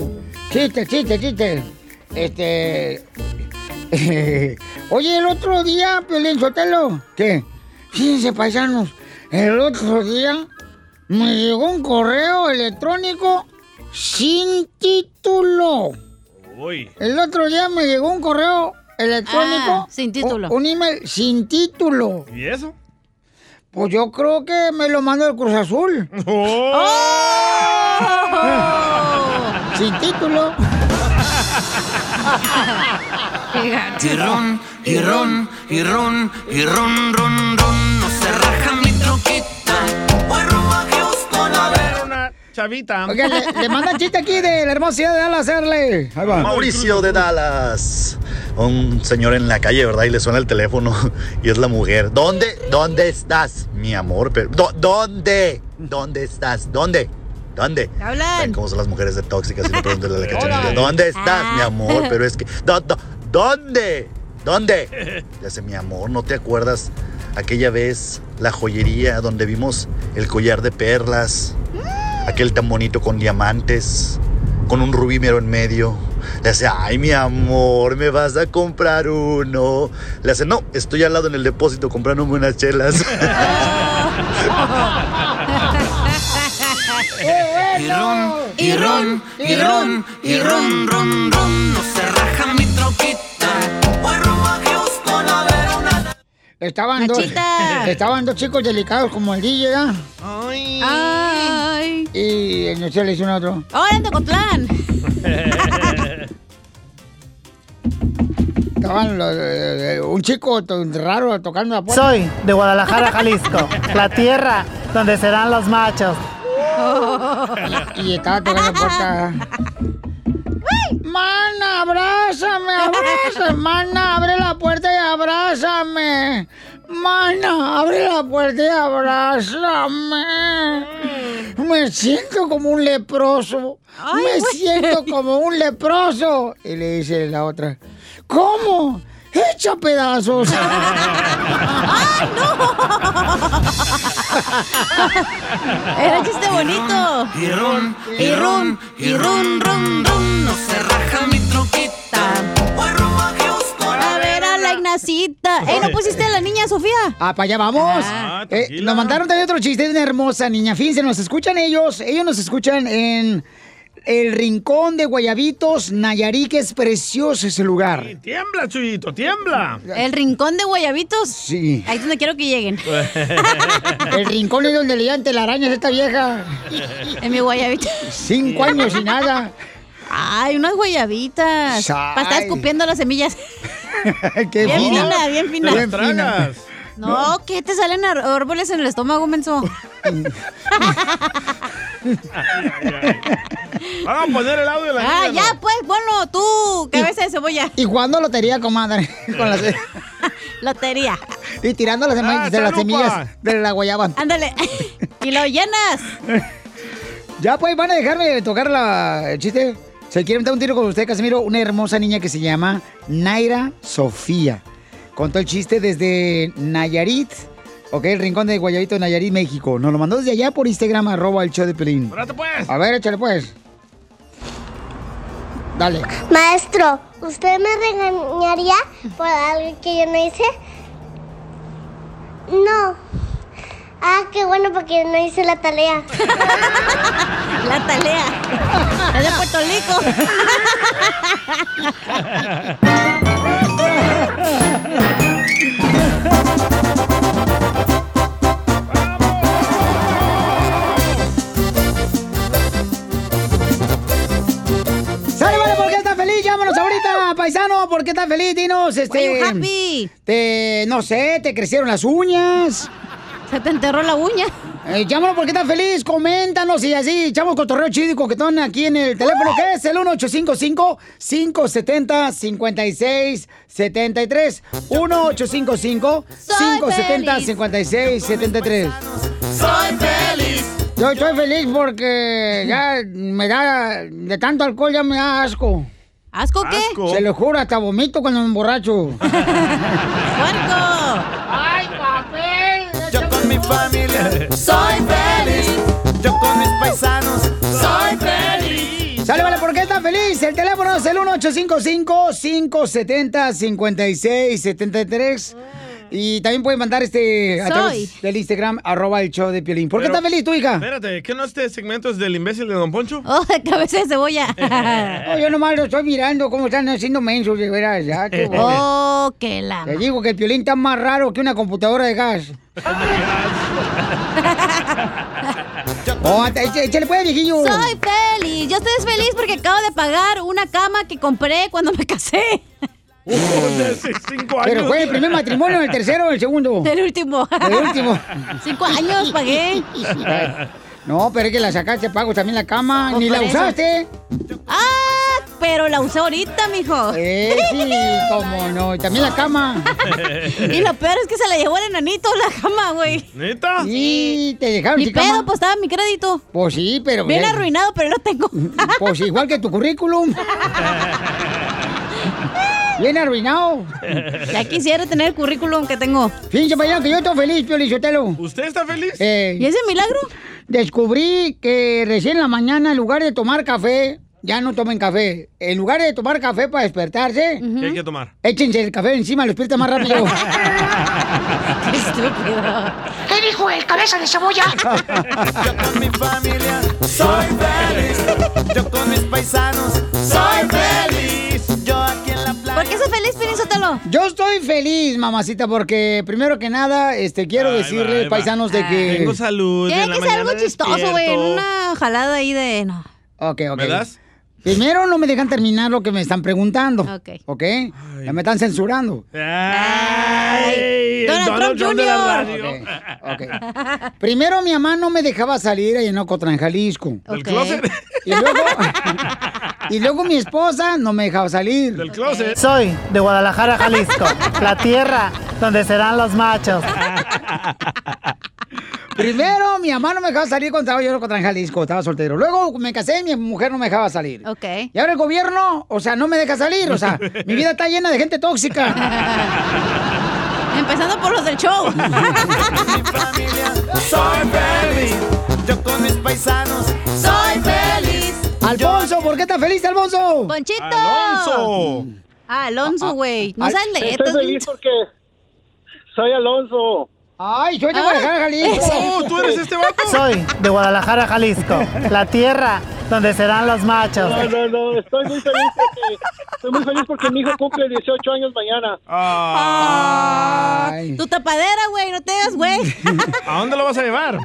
S1: Chiste, chiste, chiste. Este. oye, el otro día, Piolín Sotelo. ¿Qué? Fíjense, paisanos. El otro día me llegó un correo electrónico sin título.
S3: [laughs]
S2: Uy.
S1: El otro día me llegó un correo electrónico.
S3: Ah, sin título.
S1: Un, un email sin título.
S2: ¿Y eso?
S1: Pues yo creo que me lo mandó el Cruz Azul. [laughs] Sin título.
S12: Y ron, y ron, y ron, y ron, ron, ron, no se raja mi troquita. Guarro
S2: Chavita.
S1: Oiga, le, le mandan chiste aquí de la hermosa ciudad de Dallas, hacerle. Ahí va.
S24: Mauricio de Dallas. Un señor en la calle, ¿verdad? Y le suena el teléfono [laughs] y es la mujer. ¿Dónde? ¿Dónde estás, mi amor? Pero, ¿dó- ¿Dónde? ¿Dónde estás? ¿Dónde? ¿Dónde? Ven cómo son las mujeres de tóxicas y no pregúntale a la cachanilla.
S25: Hola.
S24: ¿Dónde estás,
S25: Ah.
S24: mi amor? Pero es que. ¿dó- dó- ¿Dónde? ¿Dónde? Ya sé, mi amor, ¿no te acuerdas aquella vez la joyería donde vimos el collar de perlas? Aquel tan bonito con diamantes, con un rubí mero en medio. Le hace, ay, mi amor, me vas a comprar uno. Le hace, no, estoy al lado en el depósito comprándome unas chelas.
S12: Y ron, y ron, Eh, y ron, y ron, ron, ron, no se raja mi troquita. Voy rumbo a Houston a [laughs] ver una...
S1: Estaban dos,
S12: Nachita.
S1: [laughs] estaban dos chicos delicados como el DJ, ¿ya?
S3: Ay.
S1: Y el Nocel le hizo un otro.
S3: Ahora en Tocotlán.
S1: Estaban los, eh, eh, un chico to- raro tocando la puerta.
S22: Soy de Guadalajara,
S1: [laughs]
S22: Jalisco, la tierra donde serán los machos.
S1: Y, y estaba tocando la puerta. Mana, abrázame, abrázame. Mana, abre la puerta y abrázame. Mana, abre la puerta y abrázame. Me siento como un leproso.
S12: Ay, güey.
S1: Me siento como un leproso. Y le dice la otra, ¿cómo? Hecha
S3: [laughs]
S1: pedazos.
S3: Ah,
S12: ¡Ay, no!
S3: Era chiste bonito.
S12: Y ron, y ron, y ron, ron, ron, no se raja mi troquita. Voy rumbo a Houston
S3: A ver a la Ignacita. ¡Ey, no pusiste a la niña Sofía!
S1: Ah, para allá vamos.
S3: Ah,
S1: Eh, nos mandaron también otro chiste de una hermosa niña. Fíjense, nos escuchan ellos. Ellos nos escuchan en el rincón de Guayabitos, Nayarí, que es precioso ese lugar.
S2: Tiembla, Chuyito, tiembla.
S3: ¿El rincón de Guayabitos?
S1: Sí.
S3: Ahí es donde quiero que lleguen.
S1: [laughs] El rincón es donde le llevan telarañas a esta vieja.
S3: En mi guayabita.
S1: Cinco años y nada.
S3: Ay, unas guayabitas.
S1: Ay.
S3: Para estar escupiendo las semillas.
S1: Qué
S3: bien
S1: fina.
S3: fina, bien fina.
S1: Te las tragas.
S3: No, que te salen ar- árboles en el estómago,
S1: [laughs]
S3: menso.
S2: Vamos a poner el audio de la
S3: Ah,
S2: niña,
S3: ya, pues, ponlo tú, cabeza de cebolla.
S1: ¿Y cuándo
S3: [laughs]
S1: lotería, comadre? Con las-
S3: Lotería.
S1: y tirando las, sema-
S3: Ah,
S1: de las
S3: chalupa.
S1: semillas de la guayaba.
S3: Ándale. y lo llenas.
S1: Ya, pues, van a dejarme tocar la, el chiste. Se quieren dar un tiro con usted, Casimiro. Una hermosa niña que se llama Naira Sofía. Contó el chiste desde Nayarit. Ok, el rincón de Guayabito, Nayarit, México. Nos lo mandó desde allá por Instagram, arroba el show de Pelín. A ver, échale pues. Dale.
S26: Maestro, ¿usted me regañaría por algo que yo no hice? No. Ah, qué bueno porque no hice la tarea.
S3: [laughs] la tarea. Es de Puerto Rico.
S1: ¡Sale, vale! ¿Por qué estás feliz? Llámanos ahorita, paisano. ¿Por qué estás feliz? Dinos, este...
S3: you happy?
S1: Te, no sé, te crecieron las uñas. Eh,
S3: Se te enterró la uña.
S1: llámanos porque estás feliz, coméntanos y así echamos cotorreo chido y coquetón aquí en el teléfono que es el 1855-570-5673. 1855-570-5673.
S12: Soy feliz.
S1: Yo estoy feliz porque ya me da, de tanto alcohol ya me da asco.
S3: ¿Asco qué? Asco.
S1: Se lo juro, hasta vomito cuando me emborracho.
S12: ¡Ay,
S1: papel!
S12: Yo con mi familia soy feliz. Yo con mis paisanos soy feliz.
S1: Sale, vale, ¿por qué estás feliz? El teléfono es el 1855-570-5673. Y también pueden mandar este a
S2: Soy.
S1: través del Instagram, arroba el show de Piolín. ¿Por qué
S2: Pero-
S1: estás feliz tú, hija?
S2: Espérate, ¿qué no este segmento es del imbécil de Don Poncho?
S3: Oh, cabeza de cebolla.
S1: [laughs] No, yo nomás lo estoy mirando cómo están haciendo mensos, de veras. ya, qué bueno.
S3: Oh, qué la.
S1: Te digo que el Piolín está más raro que una computadora de gas. Oh, hasta- échale échale, pues, viejillo.
S3: Soy feliz. Yo estoy feliz porque acabo de pagar una cama que compré cuando me casé.
S1: Pero fue el primer matrimonio, Oh. el tercero o el segundo.
S3: [laughs] Del último.
S1: El último.
S3: Cinco años pagué.
S1: No, pero es que la sacaste pago también la cama,
S3: Pues
S1: ni
S3: por
S1: la
S3: eso.
S1: usaste.
S3: ¡Ah! Pero la usé ahorita, mijo.
S1: Eh, sí, cómo no. Y también la cama.
S3: [laughs] y lo peor es que se la llevó el enanito la cama, güey.
S1: ¿Neta? Sí, te dejaron
S3: Ni
S1: sin cama.
S3: pedo, pues estaba mi crédito.
S1: Pues sí, pero.
S3: Bien
S1: eh,
S3: arruinado, pero lo tengo.
S1: Pues [laughs] igual que tu currículum. Bien arruinado.
S3: Ya quisiera tener el currículum que tengo.
S1: Fíjense, paisano, que yo estoy feliz, Pio Lizotelo.
S2: ¿Usted está feliz?
S1: ¿Y ese milagro? Descubrí que recién en la mañana, en lugar de tomar café, ya no tomen café. En lugar de tomar café para despertarse,
S2: ¿Qué hay que tomar?
S1: échense el café encima, lo despierta
S3: [laughs]
S1: más rápido. [laughs]
S23: Qué estúpido.
S1: ¿Qué dijo el cabeza
S12: [laughs]
S1: de cebolla?
S23: Soy feliz. Yo con mis paisanos soy feliz. Yo aquí en la playa.
S1: ¿Por qué estás feliz, Pinisotelo? Yo estoy feliz, mamacita, porque primero que nada, este, quiero decirle,
S2: ahí va.
S1: paisanos, de que.
S2: Tengo salud,
S3: Tiene que ser algo chistoso, güey. en
S1: despierto.
S3: Una jalada ahí de. No.
S1: Ok, ok.
S2: ¿Me das?
S1: Primero no me dejan terminar lo que me están preguntando.
S3: Ok.
S1: Ok. Ya me están censurando.
S2: Ah. Ay,
S1: Donald Trump
S2: de la
S1: Jr..
S2: radio.
S1: Primero mi mamá no me dejaba salir ahí en Ocotlán, Jalisco.
S2: ¿Del Ok. closet?
S1: Y
S2: [laughs]
S1: luego, y luego mi esposa no me dejaba salir. Del
S2: closet.
S22: Soy de Guadalajara, Jalisco, la tierra donde serán los machos.
S1: Primero mi mamá no me dejaba salir cuando estaba yo en Ocotlán, Jalisco, estaba soltero. Luego me casé y mi mujer no me dejaba salir.
S3: Ok.
S1: Y ahora el gobierno, o sea, no me deja salir, o [laughs] sea, mi vida está llena de gente tóxica.
S3: Empezando por los del show.
S23: [laughs] Soy feliz. Yo con mis paisanos soy feliz.
S1: Alfonso, ¿por qué estás feliz, Alfonso?
S3: ¡Ponchito!
S23: Alonso.
S3: Mm. Ah,
S5: Ah,
S3: Alonso, güey. No sabes
S5: Estoy
S3: letras.
S5: feliz porque soy Alonso.
S1: Ay, soy
S5: de Guadalajara, Jalisco. Oh, ¿tú eres este vato?
S22: Soy de Guadalajara, Jalisco, la tierra donde serán los machos.
S5: No, no, no, estoy muy feliz porque, estoy muy feliz porque mi hijo cumple 18 años mañana.
S2: Ah.
S3: Tu tapadera, güey. No te hagas, güey.
S2: [laughs] ¿A dónde lo vas a llevar?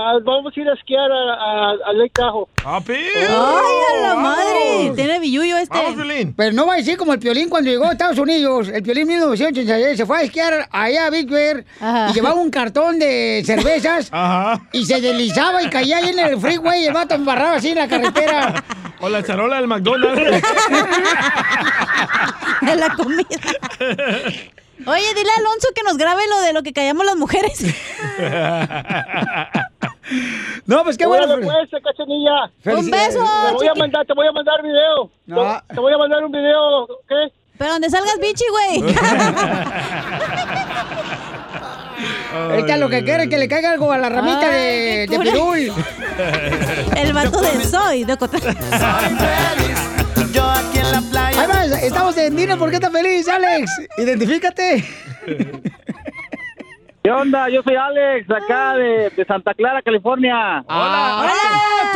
S5: Ah, vamos a ir a esquiar a, a, a Lake Tahoe.
S2: ¡Papi!
S1: ¡Ay, a la madre!
S3: Tiene billuyo este.
S1: Pero no va a decir como el Piolín cuando llegó a Estados Unidos. El Piolín 1986 se fue a esquiar allá a Big Bear y llevaba un cartón de cervezas y se deslizaba y caía ahí en el freeway y el vato embarraba así en la carretera.
S2: O la charola del McDonald's. [laughs]
S3: De la comida. Oye, dile a Alonso que nos grabe lo de lo que callamos las mujeres.
S1: No, [laughs] pues qué bueno.
S5: Órale, pues, cachanilla.
S1: Un beso,
S5: Te voy a
S1: chiqui-
S5: mandar, te voy a mandar video.
S1: No.
S5: Te, te voy a mandar un video, ¿ok?
S3: Pero donde salgas bichi,
S5: [laughs]
S3: güey.
S1: Ahorita lo que quiere es que le caiga algo a la ramita de, de
S3: cura.
S1: Pirul.
S3: El vato de soy, de Ocotlán.
S1: Ahí va, estamos en Dino, ¿por qué estás feliz, Alex? Identifícate.
S5: ¿Qué onda? Yo soy Alex, acá
S1: Ah.
S5: de, de Santa Clara, California.
S2: Hola. Ah,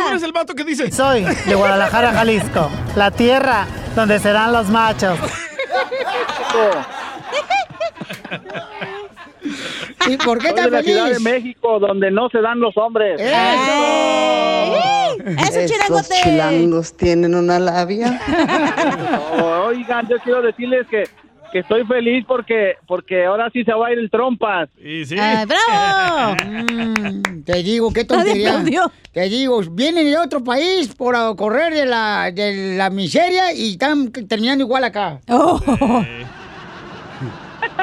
S2: tú eres el vato que dice.
S22: Soy de Guadalajara, Jalisco, la tierra donde serán los machos.
S1: ¿Y por qué
S5: Soy
S1: tan
S5: de la Ciudad de
S1: feliz?
S5: México, donde no se dan los hombres.
S14: Estos chilangos tienen una labia.
S5: Oh, Oigan, yo quiero decirles que, que estoy feliz porque porque ahora sí se va a ir el trompas.
S2: Y
S3: Ah,
S1: Ah, ¡Bravo!
S2: [laughs]
S1: Mm, te digo, qué tontería. Te digo, vienen de otro país por a- correr de la, de la miseria y están c- terminando igual acá.
S3: Oh.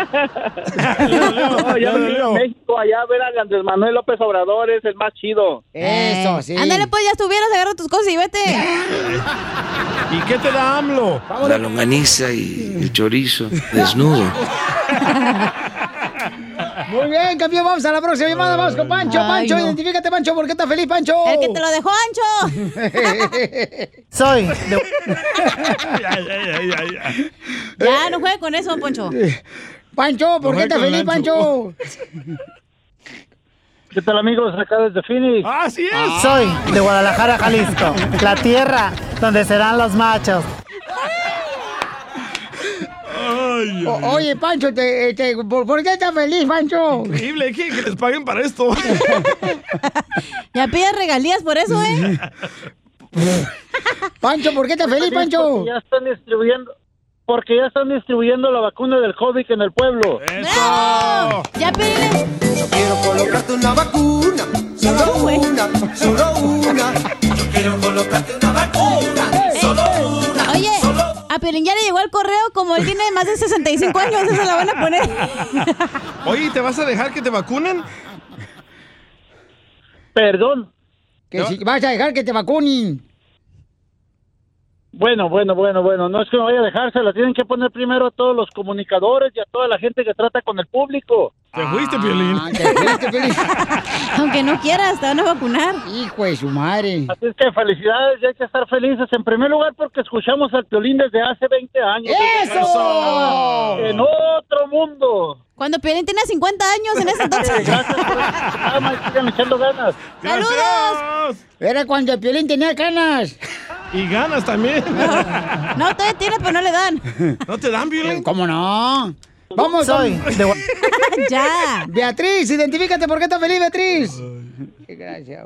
S5: ya me vine a México, allá a ver a Andrés Manuel López Obrador, es el más chido.
S1: Eso, sí.
S3: Ándale, pues ya estuvieras, agarra tus cosas y
S1: [laughs]
S3: vete. [laughs]
S2: ¿Y qué te da AMLO?
S14: La longaniza y el chorizo desnudo.
S1: [laughs] Muy bien, campeón, vamos a la próxima llamada. Vamos con Pancho.
S22: Ay,
S1: Pancho,
S22: no.
S1: identifícate, Pancho, ¿por qué estás feliz, Pancho? El que te
S3: lo dejó,
S1: [laughs] Ancho.
S22: Soy de...
S3: Ya, no juegue con eso, Poncho.
S1: Pancho, ¿por qué estás feliz,
S5: [laughs]
S1: Pancho?
S3: Oh.
S1: [laughs]
S5: ¿Qué tal, amigos? Acá desde Phoenix.
S2: ¡Así
S1: Ah,
S2: es!
S22: Soy de Guadalajara, Jalisco, la tierra donde serán los machos.
S1: O- oye, Pancho, te- te- ¿por, por qué estás feliz, Pancho?
S2: Increíble, ¿qué? Que les paguen para esto.
S3: Ya pides regalías por eso, ¿eh?
S1: Pancho, ¿por qué estás feliz, Pancho?
S5: Ya están distribuyendo. porque ya están distribuyendo la vacuna del COVID en el pueblo.
S12: ¡Bravo!
S3: ¡Ya
S12: Yo quiero colocarte una vacuna, solo una, solo una. Yo quiero colocarte una vacuna, solo una.
S3: Eh, Oye, a Pelín ya le llegó el correo, como él tiene más de 65 años, se la van a poner.
S2: [laughs] Oye, ¿te vas a dejar que te vacunen?
S5: Perdón.
S1: Que si vas a dejar que te vacunen.
S5: Bueno, bueno, bueno, bueno, no es que me vaya a dejar, se la tienen que poner primero a todos los comunicadores y a toda la gente que trata con el público.
S2: Te fuiste, Piolín.
S1: Ah,
S2: [laughs]
S3: [laughs] Aunque no quieras, te van a vacunar.
S1: Hijo de su madre.
S5: Así es que felicidades, ya hay que estar felices. En primer lugar, porque escuchamos al violín desde hace 20 años.
S3: ¡Eso!
S5: En otro mundo. pues.
S3: Cuando Pelín tiene 50 años en ese entonces.
S5: Nada más sigan echando ganas.
S1: ¡Saludos! Era cuando el Piolín tenía canas.
S2: Y ganas también.
S3: No, todavía tiene, pero no le dan.
S2: ¿No te dan, Piolín?
S1: Eh, ¿Cómo no? Vamos.
S2: Soy
S1: con-
S2: de Gua-
S3: [laughs]
S1: ya. Beatriz, identifícate por qué estás feliz, Beatriz. Qué gracia.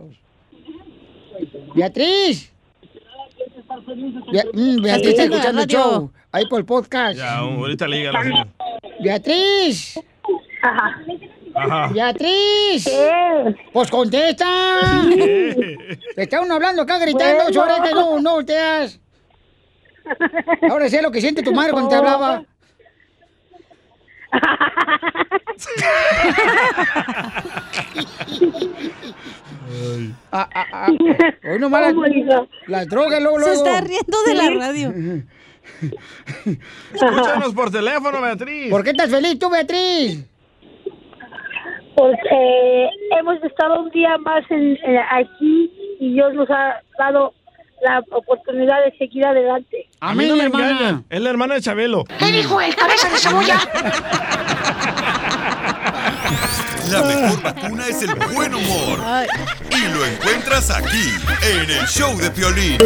S1: Beatriz. Bea- mm, Beatriz está
S2: Ahí.
S1: escuchando el
S2: Radio.
S1: show. Ahí por el podcast.
S2: Ya, ahorita le llega la señal.
S1: Beatriz.
S2: Ajá.
S1: Beatriz. Pues contesta. Te está uno hablando acá gritando,
S12: Bueno.
S1: chorete, no, no volteas. Ahora sé lo que siente tu madre cuando te hablaba. Ah, ah, ah. Hoy nomás las, las drogas, luego,
S3: Se
S1: luego.
S3: está riendo de la radio.
S2: Escúchanos por teléfono, Beatriz.
S1: ¿Por qué estás feliz tú, Beatriz?
S10: Pues, eh,
S13: Porque hemos estado un día más en- en- aquí y Dios nos ha dado la oportunidad de seguir adelante.
S2: A mí no me engañan. Es la hermana de Chabelo.
S13: ¿Qué dijo el cabeza de cebolla?
S8: La mejor vacuna es el buen humor. Y lo encuentras aquí, en el show de Piolín.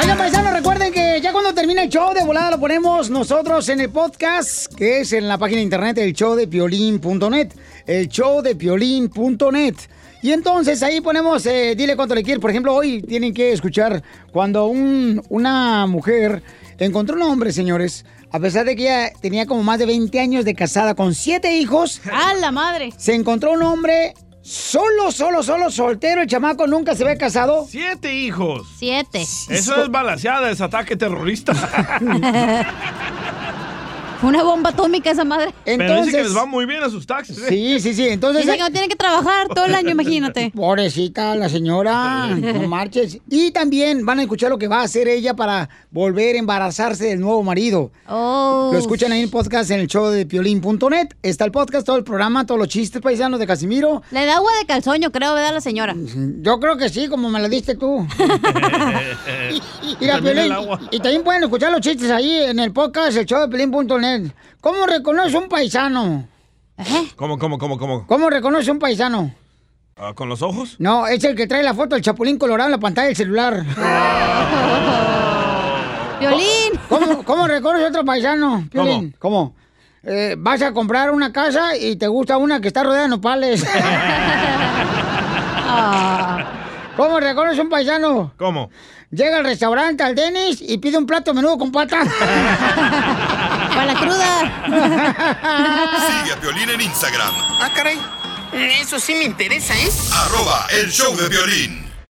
S1: Oigan, paisanos, recuerden que ya cuando termina el show de volada lo ponemos nosotros en el podcast, que es en la página de internet el show de piolín.net. El show de piolín.net. Y entonces ahí ponemos, eh, dile cuánto le quiere. Por ejemplo, hoy tienen que escuchar cuando un- una mujer encontró un hombre, señores, a pesar de que ella tenía como más de 20 años de casada con siete hijos.
S3: [laughs] ¡A la madre!
S1: Se encontró un hombre solo, solo, solo, soltero. El chamaco nunca se ve casado.
S2: Siete hijos.
S3: Siete.
S2: Eso es balaseada, es ataque terrorista.
S3: Fue [laughs] una bomba atómica esa madre.
S2: Pero dice que les va muy bien a sus taxis. ¿eh?
S1: Sí, sí, sí. Entonces. eh,
S3: Dice que no tiene que trabajar todo el año, imagínate.
S1: [laughs] Pobrecita la señora. No marches. Y también van a escuchar lo que va a hacer ella para volver a embarazarse del nuevo marido.
S3: [laughs]
S1: Lo escuchan ahí en el podcast en el show de piolín.net. Está el podcast, todo el programa, todos los chistes paisanos de Casimiro.
S3: Le da agua de calzón, yo creo, ¿verdad, la señora?
S1: Yo creo que sí, como me la diste
S3: [laughs]
S1: tú. Mira,
S12: También el
S1: Piolín,
S12: agua.
S1: y también pueden escuchar los chistes ahí en el podcast, el show de piolín.net. ¿Cómo reconoce un paisano?
S2: ¿Cómo, cómo, cómo, cómo?
S1: ¿Cómo reconoce un paisano?
S2: Ah, ¿Con los ojos?
S1: No, es el que trae la foto del chapulín colorado en la pantalla del celular.
S3: ¡Violín!
S1: [laughs] ¿Cómo, cómo reconoce otro paisano? Piolín? ¿Cómo? Eh, vas a comprar una casa y te gusta una que está rodeada de [laughs] nopales. Ah. ¿Cómo reconoce un paisano?
S2: ¿Cómo?
S1: Llega al restaurante al Denis y pide un plato menudo con pata.
S3: [laughs] Para la
S1: [laughs] cruda.
S8: Sigue a Piolín en Instagram.
S12: Ah, caray. Eso sí me interesa, ¿eh?
S8: Arroba el show de Piolín.